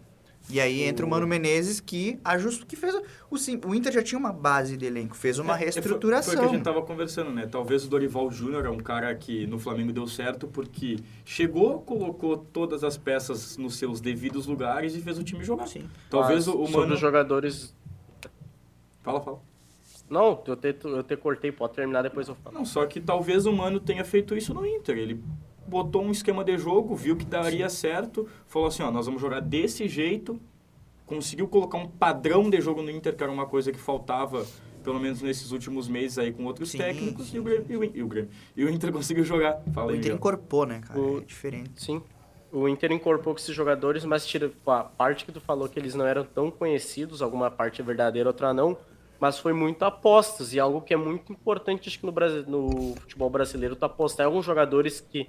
A: E aí entra o Mano Menezes que ajustou, que fez o- o, sim- o Inter já tinha uma base de elenco, fez uma
B: É, foi-
A: reestruturação.
B: Foi, o que a gente tava conversando, né? Talvez o Dorival Júnior é um cara que no Flamengo deu certo porque chegou, colocou todas as peças nos seus devidos lugares e fez o time jogar.
A: Sim. Ah,
B: Talvez
D: Mas
B: o, o
D: Sobre
B: Mano...
D: os jogadores...
B: Fala, fala.
D: Não, eu te, eu te cortei, pode terminar, depois eu falo.
B: Não, só que talvez o Mano tenha feito isso no Inter. Ele botou um esquema de jogo, viu que daria certo, falou assim, ó, nós vamos jogar desse jeito. Conseguiu colocar um padrão de jogo no Inter, que era uma coisa que faltava, pelo menos nesses últimos meses aí com outros
A: Sim,
B: técnicos.
A: sim,
B: E, o Grêmio, e, o, In- e o Grêmio. E o Inter conseguiu jogar. Fala
A: O
B: aí,
A: Inter
B: Miguel.
A: incorporou, né, cara?
D: O-
A: É diferente.
D: Sim. O Inter incorporou com esses jogadores, mas tira pô, a parte que tu falou que eles não eram tão conhecidos, alguma parte é verdadeira, outra não, mas foi muito apostas e algo que é muito importante acho que no, Brasil, no futebol brasileiro, tu apostar em alguns jogadores que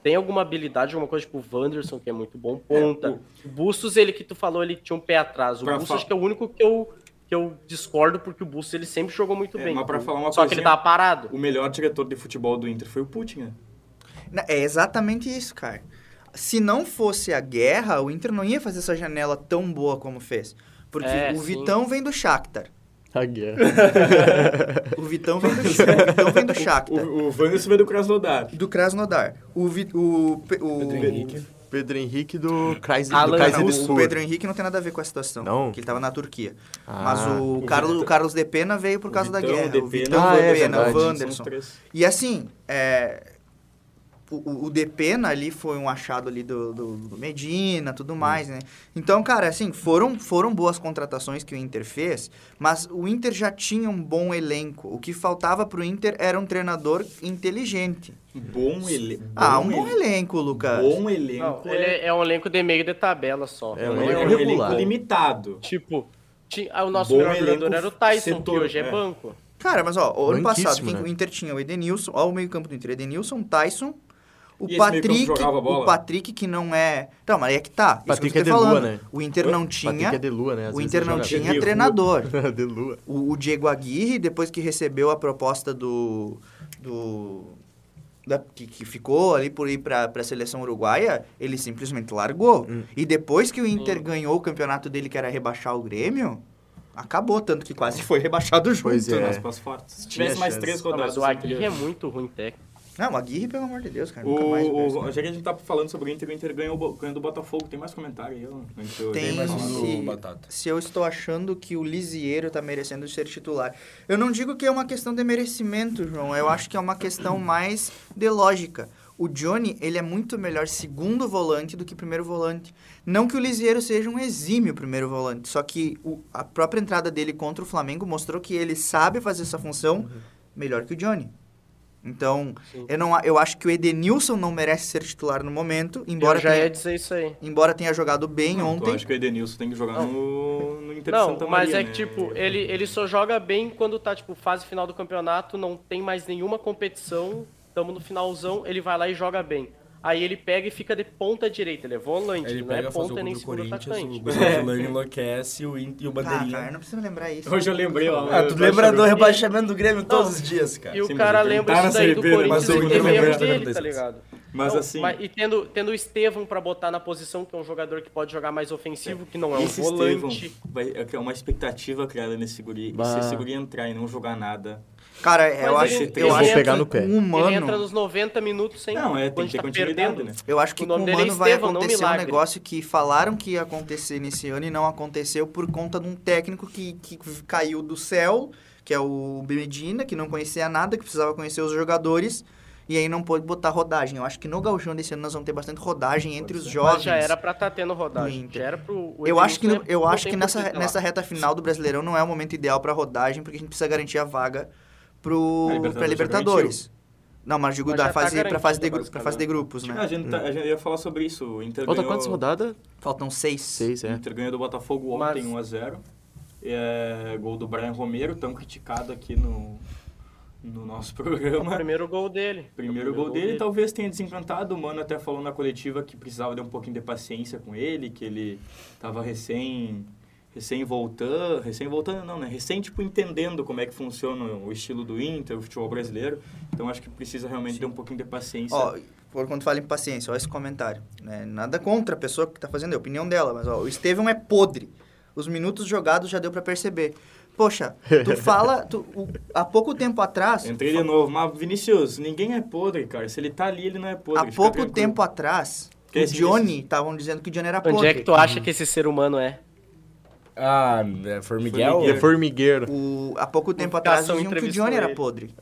D: tem alguma habilidade, alguma coisa, tipo o Wanderson, que é muito bom, ponta. o... Bustos, ele que tu falou, ele tinha um pé atrás. O
B: Pra
D: Bustos
B: fa-
D: acho que é o único que eu, que eu discordo, porque o Bustos ele sempre jogou muito
B: É,
D: bem.
B: mas pra falar uma
D: Só que ele
B: coisinha-
D: tava parado.
B: O melhor diretor de futebol do Inter foi o Putin, né?
A: Na- É exatamente isso, cara. Se não fosse a guerra, o Inter não ia fazer essa janela tão boa como fez. Porque
D: É,
A: o
D: sim.
A: Vitão vem do Shakhtar.
C: A guerra.
A: O Vitão vem do, o Vitão vem do
B: O,
A: Shakhtar.
B: o Wanderson veio do Krasnodar.
A: Do Krasnodar. O, Vi, o, pe- o,
F: Pedro Henrique.
C: Pedro Henrique do Crais do
D: Alan
C: Cais
A: Não,
C: do
A: o
C: Sul.
A: Pedro Henrique não tem nada a ver com a situação.
C: Não?
A: Porque ele tava na Turquia.
C: Ah.
A: Mas o, Carlos, o Carlos de Pena veio por
B: O
A: causa da
B: Vitão,
A: guerra.
B: De
A: o
B: Pena.
A: Vitão
C: Ah,
A: de Pena,
C: é verdade.
A: o
B: São os
A: Wanderson.
B: três.
A: E assim, é, o- o, o de Pena ali foi um achado ali do, do- do Medina,
C: Hum.
A: tudo mais, né? Então, cara, assim, foram, foram boas contratações que o Inter fez, mas o Inter já tinha um bom elenco. O que faltava pro Inter era um treinador inteligente.
B: Bom ele.
A: ah, um bom
B: ele-
A: elenco, Lucas.
B: Bom elenco.
D: Não, ele é é um elenco de meio de tabela só.
C: É,
B: é um
C: ele
B: elenco
C: regular.
B: limitado.
D: Tipo, ti- ah, o nosso
B: Bom
D: melhor
B: elenco
D: jogador era o Tyson,
B: setor,
D: que hoje é,
B: é.
D: banco.
A: Cara, mas ó, o ano passado
C: Branquíssimo,
A: quem-
C: né?
A: o Inter tinha o Edenilson, ó o meio-campo do Inter, Edenilson, Tyson, o
B: E esse meio-campo
A: Patrick,
B: jogava bola?
A: o Patrick que não é, não, mas é que tá, isso que eu
C: Patrick
A: tô
C: é de
A: falando.
C: lua, né?
A: O Inter não tinha,
C: Patrick é de lua, né? Às
A: o
C: vezes
A: Inter
C: ele
A: não
C: joga
A: tinha
B: De lua.
A: treinador.
C: bem. de lua.
A: O, o Diego Aguirre, depois que recebeu a proposta do do da- que, que ficou ali por ir pra pra seleção uruguaia, ele simplesmente largou.
B: Hum.
A: E depois que o Inter
C: Hum.
A: ganhou o campeonato dele que era rebaixar o Grêmio, acabou tanto que quase foi rebaixado junto. né?
C: Pois
B: Nas
C: é.
B: pás fortes. Se
C: Tinha
B: tivesse mais
C: chance.
B: três
D: Não,
B: rodadas.
D: mas o
B: assim,
D: Aguirre
B: teria-
D: é muito ruim técnico.
A: Não, Aguirre, pelo amor de Deus, cara, nunca mais.
B: o,
A: presta.
B: o, já que a gente tá falando sobre o Inter, o Inter ganhou, o Bo- ganhou do Botafogo. Tem mais comentário aí? ó? Antes eu-
A: Tem,
F: mais um do
A: se,
F: Batata.
A: se eu estou achando que o Lisieiro tá merecendo ser titular. Eu não digo que é uma questão de merecimento, João. Eu acho que é uma questão mais de lógica. O Johnny, ele é muito melhor segundo volante do que primeiro volante. Não que o Lisieiro seja um exímio primeiro volante, só que o- a própria entrada dele contra o Flamengo mostrou que ele sabe fazer essa função melhor que o Johnny. Então,
D: Sim.
A: eu, não, a- eu acho que o Edenilson não merece ser titular no momento, embora,
D: Embora já
A: tenha,
D: ia dizer isso aí.
A: embora tenha jogado bem
B: Não,
A: ontem.
B: Eu acho que o Edenilson tem que jogar no, no Inter de
D: Não,
B: Santa Maria.
D: mas é
B: né?
D: que, tipo, ele, ele só joga bem quando tá, tipo, fase final do campeonato, não tem mais nenhuma competição, tamo no finalzão, ele vai lá e joga bem. Aí ele pega e fica de ponta direita, ele é volante,
F: Ele
D: ele não é
F: pega a fazer o
D: ponta
F: gol
D: nem
F: do
D: segundo
F: Corinthians, o
D: atacante.
F: Gustavo Fulano enlouquece o Inter- e o
A: Ah, cara, eu
F: Bandeirinha.
A: não precisa lembrar isso.
B: Hoje eu lembrei lá.
F: Ah, tu
B: eu
F: lembra
B: acho-
F: do rebaixamento do Grêmio todos os dias,
D: E
F: cara.
D: o
B: Sim, mas
D: cara
B: ele
D: lembra
B: tá na
D: isso daí do
B: Série B, né?
D: Corinthians
F: Mas o
D: e teve
F: Inter
D: erro
F: lembra-
D: dele,
F: lembra desse.
D: tá ligado?
B: Mas
D: Não,
B: assim,
D: e tendo, tendo o Estevão pra botar na posição, que é um jogador que pode jogar mais ofensivo, que não é um
B: esse Estevão
D: volante.
B: vai é que é uma expectativa criada nesse guri. E
C: Bah.
B: se esse guri entrar e não jogar nada...
A: Cara, eu
D: Mas
A: acho,
B: ele-
A: eu
B: Eu
A: acho
B: vou
C: pegar
A: que
C: no pé.
A: com um humano,
D: Ele entra nos 90 minutos sem
B: Não, é, tem
D: quando
B: que ter
D: tá
B: continuidade, né?
A: eu acho que
D: o
A: com
D: nome
A: um
D: dele é
A: humano vai
D: Estevão, não
A: acontecer um
D: Milagre.
A: negócio que falaram que ia acontecer nesse ano e não aconteceu por conta de um técnico que, que caiu do céu, que é o Medina, que não conhecia nada, que precisava conhecer os jogadores e aí não pôde botar rodagem. Eu acho que no Gauchão desse ano nós vamos ter bastante rodagem entre os
C: é.
D: Mas
A: jovens.
D: já era pra tá tendo rodagem.
A: Inter.
D: Já era pro. o
A: Eu acho que,
D: Edenilson
A: no- eu
D: não
A: acho
D: tem
A: que
D: por
A: nessa,
D: tá lá.
A: nessa reta final do Brasileirão não é o momento ideal para rodagem, porque a gente precisa garantir a vaga pro,
B: A É, Libertadores
A: pra
B: já
A: Libertadores. Não, mas digo
D: Mas
A: da
D: já tá
A: fase, pra, fase de,
D: garantido,
A: gru- pra fase de grupos,
B: Ah, A,
A: né?
B: gente tá- a gente ia falar sobre isso. O Inter
C: Falta
B: ganhou...
C: quantas rodadas?
B: é.
A: Faltam seis.
C: Seis,
B: O
C: é.
B: Inter ganhou do Botafogo
D: Mas-
B: ontem 1x0. É, gol do Brian Romero, tão criticado aqui no, no nosso
D: O
B: programa.
D: primeiro gol dele.
B: Primeiro gol dele, talvez tenha desencantado. O Mano até falou na coletiva que precisava de um pouquinho de paciência com ele, que ele tava recém recém voltando, recém voltando não, né? Recém tipo entendendo como é que funciona o estilo do Inter, o futebol brasileiro. Então acho que precisa realmente de um pouquinho de paciência.
A: Ó, por quando fala em paciência, ó esse comentário. né? Nada contra a pessoa que tá fazendo, é a opinião dela, mas ó, o Estevão é podre. Os minutos jogados já deu para perceber. Poxa, tu fala... Tu, o- há pouco tempo atrás...
B: Entrei de novo, mas Vinícius, ninguém é podre, cara. Se ele tá ali, ele não é podre.
A: Há
B: fica
A: pouco
B: tranquilo.
A: tempo atrás,
B: Que
A: o
B: esse-
A: Johnny... Estavam dizendo que o Johnny era podre.
D: Onde é que tu acha que esse ser humano é?
F: Ah, é Formiguel?
C: É formigueiro.
A: O- há pouco tempo
D: O
A: atrás
D: Cação
A: diziam que o
D: entrevistou
A: Johnny era
D: ele. Ah.
A: podre.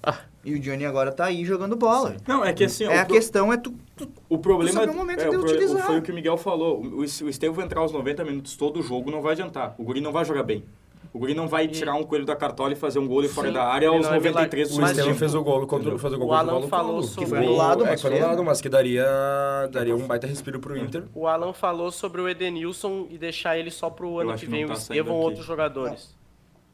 A: E o Johnny agora tá aí jogando bola.
B: Não, é que assim,
A: É,
B: o
A: a
B: pro-
A: questão é tu... tu-
B: O problema é,
A: saber o um momento de
B: o pro-
A: utilizar.
B: Foi o que o Miguel falou. O, o Estevão vai entrar aos 90 minutos todo o jogo não vai adiantar. O Guri não vai jogar bem. O Guri não vai tirar um coelho da cartola e fazer um gol e fora
D: Sim,
B: da área
D: ele
B: aos
D: não é
B: 93
F: O
D: Mas,
F: Estevão
D: tipo,
F: fez o gol contra, fez o gol
D: o
F: contra
D: Alan
F: Paulo
D: falou
F: Paulo,
D: sobre-
F: que
A: Foi anulado,
F: é,
A: mas
F: foi
A: fez,
F: anulado, mas que daria, daria um baita respiro pro Inter.
D: O Alan falou sobre o Edenilson e deixar ele só pro ano
B: acho
D: que
B: que não
D: vem
B: tá
D: o
B: saindo
D: Estevão ou
B: aqui.
D: outros jogadores.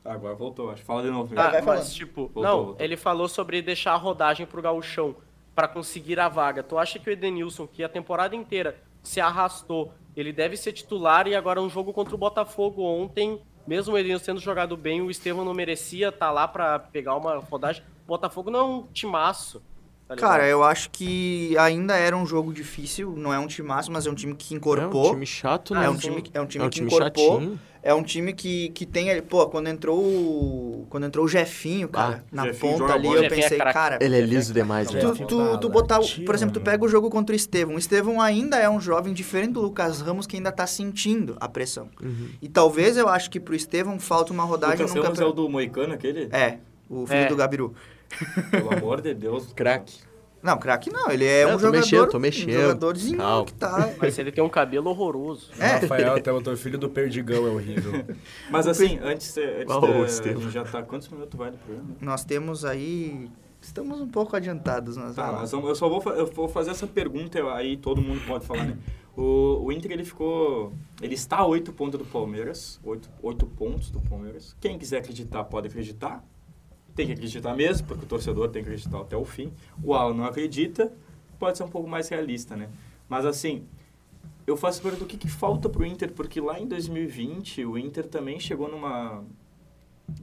B: Agora voltou, acho. Fala de novo.
D: Tá,
A: vai
D: mas
A: falando.
D: tipo,
B: Voltou,
D: não,
B: voltou.
D: ele falou sobre deixar a rodagem pro gauchão pra conseguir a vaga. Tu acha que o Edenilson, que a temporada inteira se arrastou, ele deve ser titular e agora um jogo contra o Botafogo ontem, mesmo o Edenilson tendo jogado bem, o Estevão não merecia tá lá pra pegar uma rodagem. O Botafogo não é um timaço. tá ligado?
A: Cara, é- eu acho que ainda era um jogo difícil. Não é um time máximo, mas é um time que
C: É
A: incorporou.
C: um time chato, né?
A: É um time, que- é um time
C: É um
A: que
C: time
A: incorporou.
C: chatinho.
A: É um time que, que tem ali. Pô, quando entrou o. Quando entrou o Jefinho, cara, na
B: Jefinho
A: ponta
B: joga
A: ali,
B: bola.
A: eu
D: Jefinho é
A: pensei,
D: craque.
A: cara.
C: Ele é liso demais,
A: Tu,
C: velho.
F: Jefinho
A: tu,
F: tá
A: tu botar. o-
C: é.
F: latindo,
A: Por exemplo, tu
F: né?
A: pega o jogo contra o Estevão. O Estevão ainda é um jovem diferente do Lucas Ramos que ainda tá sentindo a pressão.
C: Uhum.
A: E talvez eu acho que pro Estevão falta uma rodagem
B: Lucas
A: nunca.
B: Ramos é o do Moicano, aquele?
A: É, o filho
D: É.
A: do Gabiru.
B: Pelo amor de Deus.
C: Crack.
A: Não, craque não, ele é um
C: Não, tô
A: jogador.
C: mexendo, tô
A: Um
C: mexendo.
A: jogadorzinho
C: Calma.
A: que tá.
D: Mas ele tem um cabelo horroroso.
A: É,
F: Rafael, até o teu filho do Perdigão é horrível.
B: Mas assim, antes, eh, antes
C: Oh,
B: da-
C: o Estevão.
B: a gente já tá... Quantos minutos vai do programa?
A: nós temos aí. Estamos um pouco adiantados nas
B: Tá,
A: aulas.
B: mas eu eu só vou, fa- eu vou fazer essa pergunta, eu- aí todo mundo pode falar, né? O, o Inter, ele ficou... Ele está a 8 pontos do Palmeiras. 8, pontos do Palmeiras. Quem quiser acreditar, pode acreditar. Tem que acreditar mesmo, porque o torcedor tem que acreditar até o fim. O Alan não acredita. Pode ser um pouco mais realista, né? Mas assim, eu faço pergunta o que, que falta pro Inter, porque lá em 2020 o Inter também chegou numa.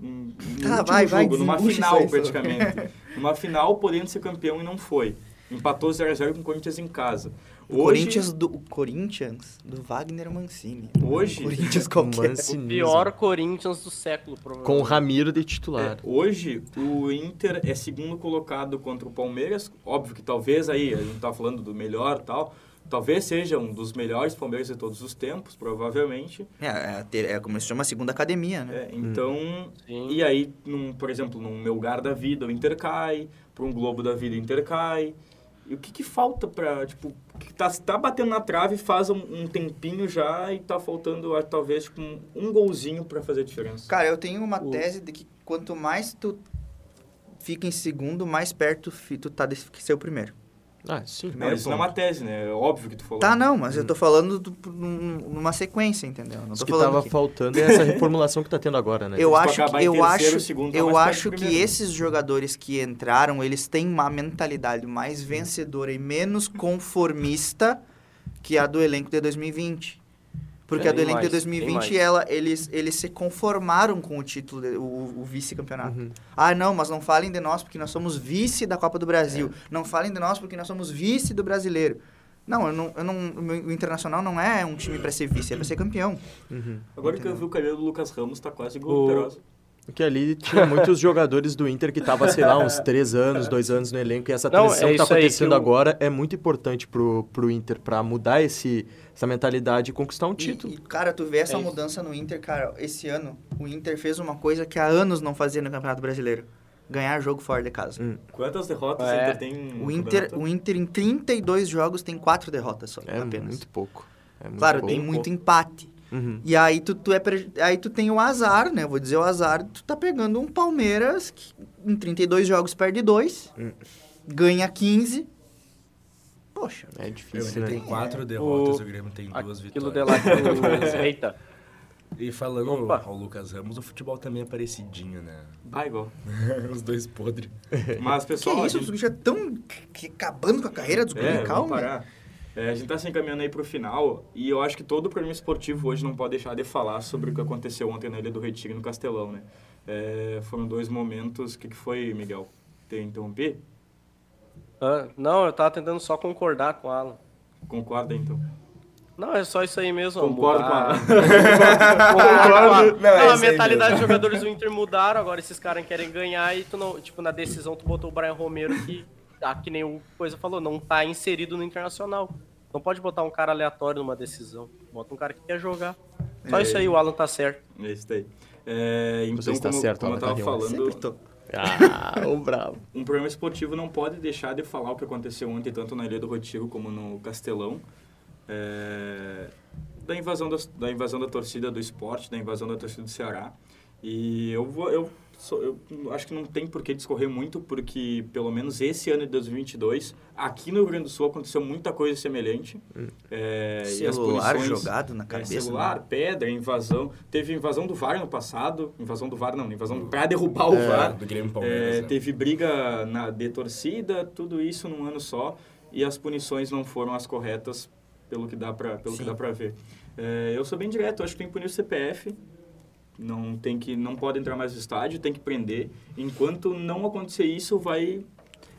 B: Um,
A: Tá,
B: último
A: vai, vai,
B: jogo, numa
A: desembucha
B: final
A: isso aí, só.
B: praticamente. numa final podendo ser campeão e não foi. Empatou 0x0 com o Corinthians em casa.
A: O
B: Hoje-
A: Corinthians do, o Corinthians do Wagner Mancini.
B: Hoje-
A: O Corinthians qualquer. um.
D: O
C: Mancinismo.
D: pior Corinthians do século,
C: Com o
D: provavelmente.
C: Ramiro de
B: É,
C: titular.
B: hoje, o Inter é segundo colocado contra o Palmeiras. Óbvio que talvez aí, a gente tá falando do melhor e tal. Talvez seja um dos melhores Palmeiras de todos os tempos, provavelmente.
A: É, é, a ter- é como se chama a segunda academia, né?
B: É, então,
D: Sim.
B: e aí, num, por exemplo, num Melgar da vida, o Inter cai, para um Globo da vida, o Inter cai. E o que, que falta pra, tipo, que tá, tá batendo na trave faz um, um tempinho já e tá faltando, ah, talvez, tipo, um, um golzinho pra fazer a diferença?
A: Cara, eu tenho uma
B: O-
A: tese de que quanto mais tu fica em segundo, mais perto fi- tu tá de ser o primeiro.
C: Ah, sim.
B: Não,
A: primeiro
B: isso não é uma tese, né? É óbvio que tu falou.
C: Uhum.
A: Tá, não, mas eu tô falando do- num- numa sequência, entendeu? Não
C: Isso
A: tô
C: que
A: falando
C: tava
A: que...
C: faltando é essa reformulação que tá tendo agora, né?
A: Eu
B: tu
A: acho,
B: acabar
A: que,
B: em
A: eu
B: terceiro,
A: acho,
B: segundo, tá
A: eu
B: mais perto
A: acho
B: do
A: que
B: primeiro.
A: esses jogadores que entraram, eles têm uma mentalidade mais vencedora e menos conformista que a do elenco de 2020. Porque
D: É,
A: a do
D: tem
A: elenco de
D: mais, tem
A: 2020,
D: mais.
A: ela, eles, eles se conformaram com o título, de- o, o vice-campeonato.
C: Uhum.
A: Ah, não, mas não falem de nós porque nós somos vice da Copa do Brasil.
D: É.
A: Não falem de nós porque nós somos vice do brasileiro. Não, eu não, eu não, o meu- o Internacional não é um time pra ser vice, é pra ser campeão.
B: Agora que eu vi o cabelo do Lucas Ramos, tá quase igual o Perosa.
C: Porque ali tinha muitos jogadores do Inter que tava, sei lá, uns três anos, dois anos no elenco. E essa
D: Não,
C: transição
D: é
C: que tá
D: isso aí,
C: acontecendo
D: que o-
C: agora é muito importante pro, pro Inter pra mudar esse, essa mentalidade e conquistar um
A: E-
C: título.
A: E, cara, tu vê essa
D: É isso.
A: mudança no Inter, cara, esse ano, o Inter fez uma coisa que há anos não fazia no Campeonato Brasileiro. Ganhar jogo fora de casa.
C: Hum.
B: Quantas derrotas
D: É.
B: ainda tem?
A: O, Inter,
B: campeonato?
A: o Inter, em 32 jogos, tem quatro derrotas só,
C: É
A: apenas.
C: muito pouco. É muito
A: claro,
C: pouco.
A: tem muito empate.
C: Uhum.
A: E aí tu, tu é pre- aí tu tem o azar, né? Eu Vou dizer o azar, tu tá pegando um Palmeiras que em 32 jogos perde dois,
C: Hum.
A: ganha 15. Poxa,
C: É
F: O
C: difícil,
F: Inter
C: né?
F: tem quatro derrotas, o,
D: O-
F: Grêmio tem duas
D: Aquilo
F: vitórias.
D: de lá que o- Eita.
F: E falando
D: Opa.
F: ao Lucas Ramos, o futebol também é parecidinho, né?
B: Ah, igual.
F: Os dois podres.
B: Mas,
A: que
B: pessoal, a
A: isso?
B: gente-
A: Os bichos já tão c- c- acabando com a carreira dos
B: É,
A: guri,
B: vamos
A: calma.
B: parar. É, a gente tá se encaminhando aí pro final e eu acho que todo o programa esportivo hoje não pode deixar de falar sobre o que aconteceu ontem na Ilha do Retiro e no Castelão, né? É, foram dois momentos... O que, que foi, Miguel? Te interrompi?
D: Ah, não, eu tava tentando só concordar com o Alan.
B: Concorda, então.
D: Não, é só isso aí mesmo.
B: Concordo
D: mudar-
B: com a-
D: Concordar com a-
F: Concordo. Não, é
D: Não, a
F: isso aí mesmo.
D: mentalidade dos jogadores do Inter mudaram, agora esses caras querem ganhar e tu não, tipo, na decisão tu botou o Brian Romero que, ah, que nem o Coisa falou, não tá inserido no Internacional. Não pode botar um cara aleatório numa decisão. Bota um cara que quer jogar. Só isso aí, o Alan tá certo.
B: É isso daí. É, então,
C: está
B: como,
C: certo,
B: como eu
C: Alan
B: tava
C: Carrion.
B: falando,
C: Ah, o bravo.
B: um programa esportivo não pode deixar de falar o que aconteceu ontem, tanto na Ilha do Retiro como no Castelão. É, da, invasão das- da, invasão da torcida do esporte, da invasão da torcida do Ceará. E eu vou. Eu, sou- eu acho que não tem por que discorrer muito, porque pelo menos esse ano de 2022, aqui no Rio Grande do Sul aconteceu muita coisa semelhante. É, e as
A: Hum. Celular
B: punições-
A: jogado na
B: é,
A: cabeça. né?
B: celular, pedra, invasão. Teve invasão do VAR no passado. Invasão do VAR, não.
A: Hum.
B: Invasão pra derrubar
A: É.
B: o VAR.
F: É, do Grêmio e Palmeiras.
B: É,
F: né?
B: teve briga na, de torcida, tudo isso num ano só. E as punições não foram as corretas, pelo que dá pra, pelo que
A: Sim.
B: dá pra ver. É, eu sou bem direto, acho que tem que punir o CPF. Não, tem que, não pode entrar mais no estádio, tem que prender. Enquanto não acontecer isso, vai...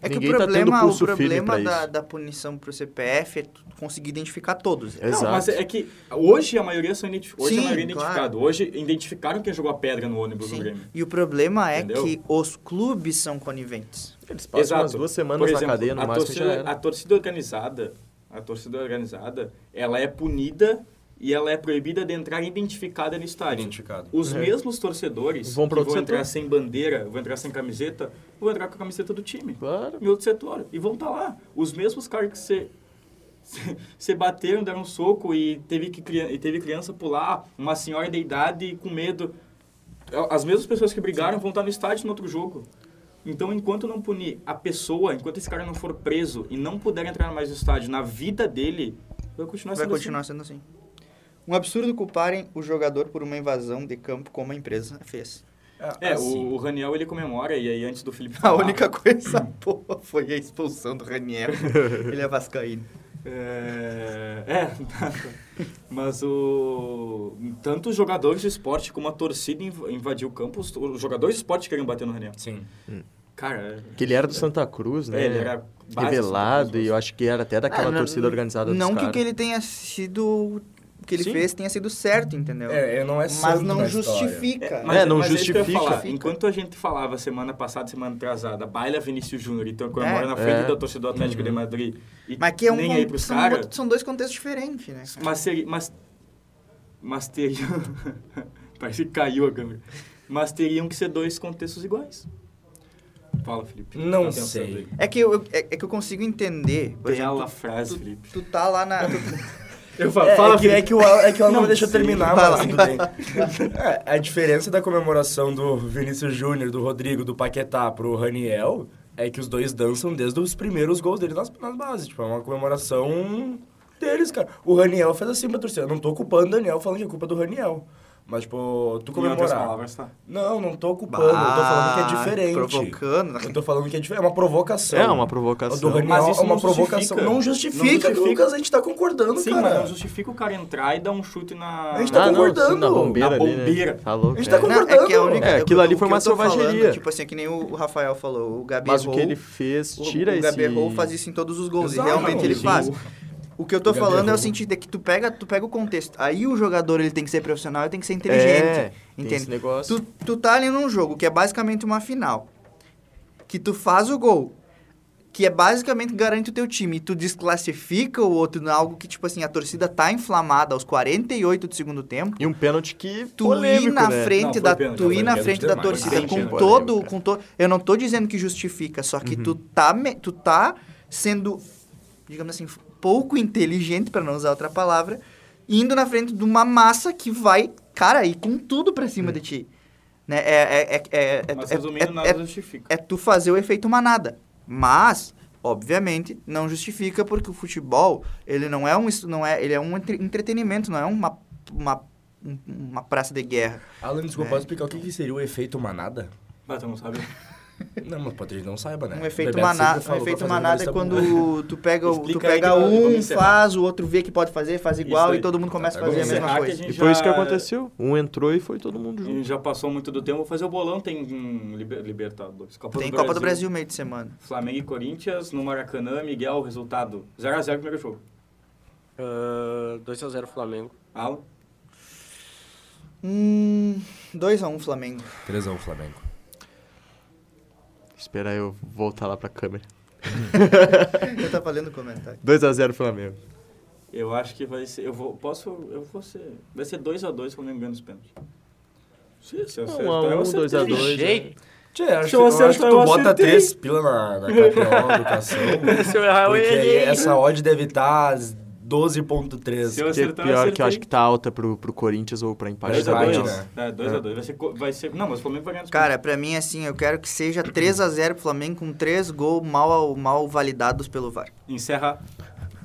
A: É que
C: Ninguém
A: o
C: tá tendo
A: problema, o
C: pulso firme
A: problema
C: pra
A: da,
C: isso.
A: da punição pro CPF é tu conseguir identificar todos.
C: É. Exato.
B: Não, mas é é que hoje a maioria são identif... hoje a
A: Sim,
B: maioria é
A: claro.
B: identificado. Hoje identificaram quem jogou a pedra no ônibus do
A: Sim.
B: Grêmio.
A: E o problema é
B: Entendeu?
A: que os clubes são coniventes.
C: Eles passam umas duas semanas
B: Por exemplo,
C: na cadeia, no
B: a
C: máximo
B: torcida,
C: já era.
B: a torcida organizada, a torcida organizada, ela é punida e ela é proibida de entrar identificada no estádio.
F: Identificado.
B: Os
C: É.
B: mesmos torcedores
C: Vão
B: que
C: pra
B: vão
C: outro setor.
B: entrar sem bandeira, vão entrar sem camiseta, vão entrar com a camiseta do time.
C: Claro.
B: Em outro setor. E vão estar lá. Os mesmos caras que você... Você bateram, deram um soco e teve, que, cri- e teve criança pular, uma senhora de idade com medo. É, As mesmas pessoas que brigaram vão estar no estádio no outro jogo. Então, enquanto não punir a pessoa, enquanto esse cara não for preso e não puder entrar mais no estádio na vida dele, vai
F: Tá
B: continuar
A: Vai
B: sendo
A: continuar sendo assim. Um absurdo culparem o jogador por uma invasão de campo como a empresa fez.
B: assim.
F: ah,
B: É, o, o Raniel, ele comemora, e aí antes do Felipe
A: A
C: Ah.
B: falar,
A: única coisa boa foi a expulsão do Raniel. Ele é vascaíno.
B: É, é tá. mas o tanto os jogadores de esporte como a torcida inv- invadiu o campo, os, os jogadores de esporte queriam bater no Raniel.
F: Sim.
B: Cara,
C: Que ele era do Santa Cruz, né?
B: é, ele era né? base
C: Revelado,
B: do-
C: e eu acho que era até daquela
A: Ah, não-
C: torcida organizada dos
A: Não que o
C: caras.
A: que ele tenha sido... O que ele
C: Sim.
A: fez tenha sido certo, entendeu?
F: É, é, não é
A: Mas
F: santo
A: não
F: na história.
A: justifica.
B: Mas,
C: É, não
B: mas isso que eu ia
C: justifica.
B: falar. Enquanto a gente falava semana passada, semana atrasada, baila Vinícius Júnior, então comemora
A: É.
B: na frente
C: É.
B: da torcida do Atlético de Madrid e
A: Mas que é um...
B: nem
A: con-
B: aí pros
A: são,
B: caras,
A: outro- são dois contextos diferentes, né? cara?
B: mas seria... Mas, mas teriam... Parece que caiu a câmera. Mas teriam que ser dois contextos iguais. Fala, Felipe.
F: Não
B: pensando
F: sei.
B: aí.
A: É que eu, eu- é, é que eu consigo entender. Por exemplo,
B: Bela frase, Felipe.
A: tu tá lá na. tu-
B: Eu falo,
F: É,
B: fala,
F: é, que, é
B: Felipe.
F: que o Alan é que o Alan não
B: Não
F: me deixou
B: sei.
F: terminar,
A: Vai
F: mas
A: lá.
F: tudo bem. É, a diferença da comemoração do Vinícius Júnior, do Rodrigo, do Paquetá pro Raniel é que os dois dançam desde os primeiros gols dele nas, nas bases. Tipo, é uma comemoração deles, cara. O Raniel fez assim pra torcida. Eu não tô ocupando o Daniel falando que é culpa do Raniel. Mas, tipo, tu
B: Em outras
F: comemorar.
B: palavras, tá?
F: Não, não tô ocupando. Eu tô falando que é
A: Bah,
F: diferente.
A: tá Provocando. tá
F: Eu tô falando que é diferente. É uma provocação.
C: É uma
F: O
C: provocação.
F: do Raniel
B: Mas isso
F: é uma
B: não
F: provocação.
B: justifica.
F: Não
B: Não
F: justifica,
B: justifica.
F: Lucas. A gente tá concordando,
B: Sim,
F: cara.
B: mas não justifica o cara entrar e dar um chute na...
F: A gente tá
C: ah, não,
F: concordando.
C: sim, na bombeira
B: Na
C: ali, né?
B: bombeira.
C: Tá louco,
F: A gente tá
C: é.
F: com-
A: Não, é que a
F: concordando.
A: única,
C: É, aquilo
A: o-
C: ali
A: o
C: foi
A: que
C: uma
A: eu tô falando,
C: selvageria.
A: Tipo assim, é que nem o o Rafael falou, o Gabigol...
C: Mas o que ele fez,
A: o-
C: tira
A: o,
C: esse...
A: Gabigol faz isso em todos os gols,
F: Exato,
A: e realmente ele
F: sim.
A: faz. O que eu tô
F: O
A: falando é
F: Gabigol.
A: o sentido de que tu pega, tu pega o contexto. Aí o jogador, ele tem que ser profissional, ele tem que ser inteligente.
C: É, tem
A: entende?
C: esse negócio.
A: Tu, tu tá ali num jogo que é basicamente uma final. Que tu faz o gol. Que é basicamente garante o teu time. E tu desclassifica o outro em algo que, tipo assim, a torcida tá inflamada aos 48 do segundo tempo.
C: E um pênalti que
A: Tu
C: polêmico,
A: ir na
C: né?
A: frente
B: Não, foi
A: da
B: pênalti,
A: tu
F: foi
A: ir na
F: pênalti
A: frente da
F: demais.
A: torcida
C: Bem
A: com
C: pênalti.
A: todo,
C: Polêmico,
A: com todo, eu não tô dizendo que justifica, só que
B: Uhum.
A: tu tá me- tu tá sendo digamos assim, pouco inteligente pra não usar outra palavra, indo na frente de uma massa que vai, cara, ir com tudo pra cima de ti. Né? É, é, é, é, é,
B: Mas
A: é-
B: resumindo,
A: é-
B: nada
A: é-
B: justifica.
A: é tu fazer o efeito manada. Mas, obviamente, não justifica porque o futebol, ele não é um isso não é, ele é um entre- entretenimento, não é uma uma um- uma praça de guerra.
F: Alan, desculpa, pode explicar o que, que seria o efeito manada?
B: Ah, tu não sabe?
F: Não, mas pode não saiba, né?
A: Um efeito,
F: Bebeto
A: mana
F: sempre falou
A: um
F: pra
A: efeito
F: fazer tá
A: manada é
F: jornalista
A: quando tu pega, o- tu
B: Explica aí
A: pega
B: que eu- eu vou me
A: um,
B: encerrar.
A: faz, o outro vê que pode fazer, faz igual
B: Isso
A: e
B: aí.
A: todo mundo começa a
F: Tá, tá
A: fazer a
F: bom.
A: mesma
B: Encerrar que a
A: coisa.
B: gente
C: E foi
B: já-
C: isso que aconteceu. Um entrou e foi todo mundo junto.
B: E Já passou muito do tempo, vou fazer o bolão. Tem hum, Liber- Libertadores, Copa
A: Tem
B: do
A: Copa do Brasil meio de semana.
B: Flamengo e Corinthians, no Maracanã, Miguel, resultado 0x0 primeiro jogo.
D: Ah, 2x0 Flamengo.
B: Alan?
A: Hum. 2x1 Flamengo.
F: 3x1 Flamengo.
C: Espera eu voltar lá pra câmera.
A: Eu tava lendo o comentário.
C: 2x0 Flamengo.
B: Eu acho que vai ser. Eu vou. Posso. Eu vou ser. Vai ser 2x2 Flamengo ganhando os pênaltis. Se, se eu acertar,
C: Um a um,
B: eu acertei.
C: dois a dois.
D: Que
C: Dois,
D: jeito!
F: Tchê, acho,
B: Se eu
F: eu acho
B: acertar,
F: que tu
B: eu
F: bota
B: acertei.
F: 3 pila na, na KTO, educação.
D: Se eu errar, eu
F: porque aí é
D: errei.
F: essa odd deve tá estar
B: Se eu
F: 12.3.
C: Que é
B: acertar,
C: pior
B: eu
C: que eu acho que tá alta pro, pro Corinthians ou pra empate.
F: Dois a
C: também,
F: dois,
C: né?
F: né?
B: 2x2. É, 2x2. Vai ser, co- vai ser. Não, mas o Flamengo vai ganhar os
A: Cara, pra mim, assim, eu quero que seja 3x0 pro Flamengo com 3 gols mal, mal validados pelo VAR.
B: pênaltis. Encerra.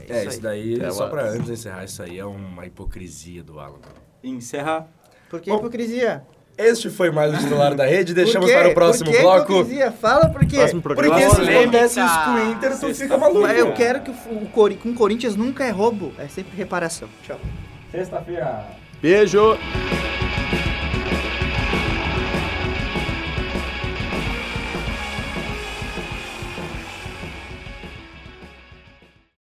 F: É,
A: isso
F: isso daí,
C: É,
F: só
C: o-
F: pra antes de encerrar, isso aí é uma hipocrisia do Alan.
B: Encerra.
A: Por que hipocrisia?
F: Este foi mais o titular da rede,
A: Por
F: deixamos
A: quê?
F: para o próximo
A: Por que
F: bloco.
A: hipocrisia? Fala por quê?
C: Próximo programa.
F: Porque se
D: Polêmica.
F: acontece isso com o Inter, tu fica
B: Sexta-feira.
F: maluco.
A: Mas eu quero que o, o Cori- com o Corinthians nunca é roubo, é sempre reparação. Tchau.
B: Sexta-feira.
C: Beijo!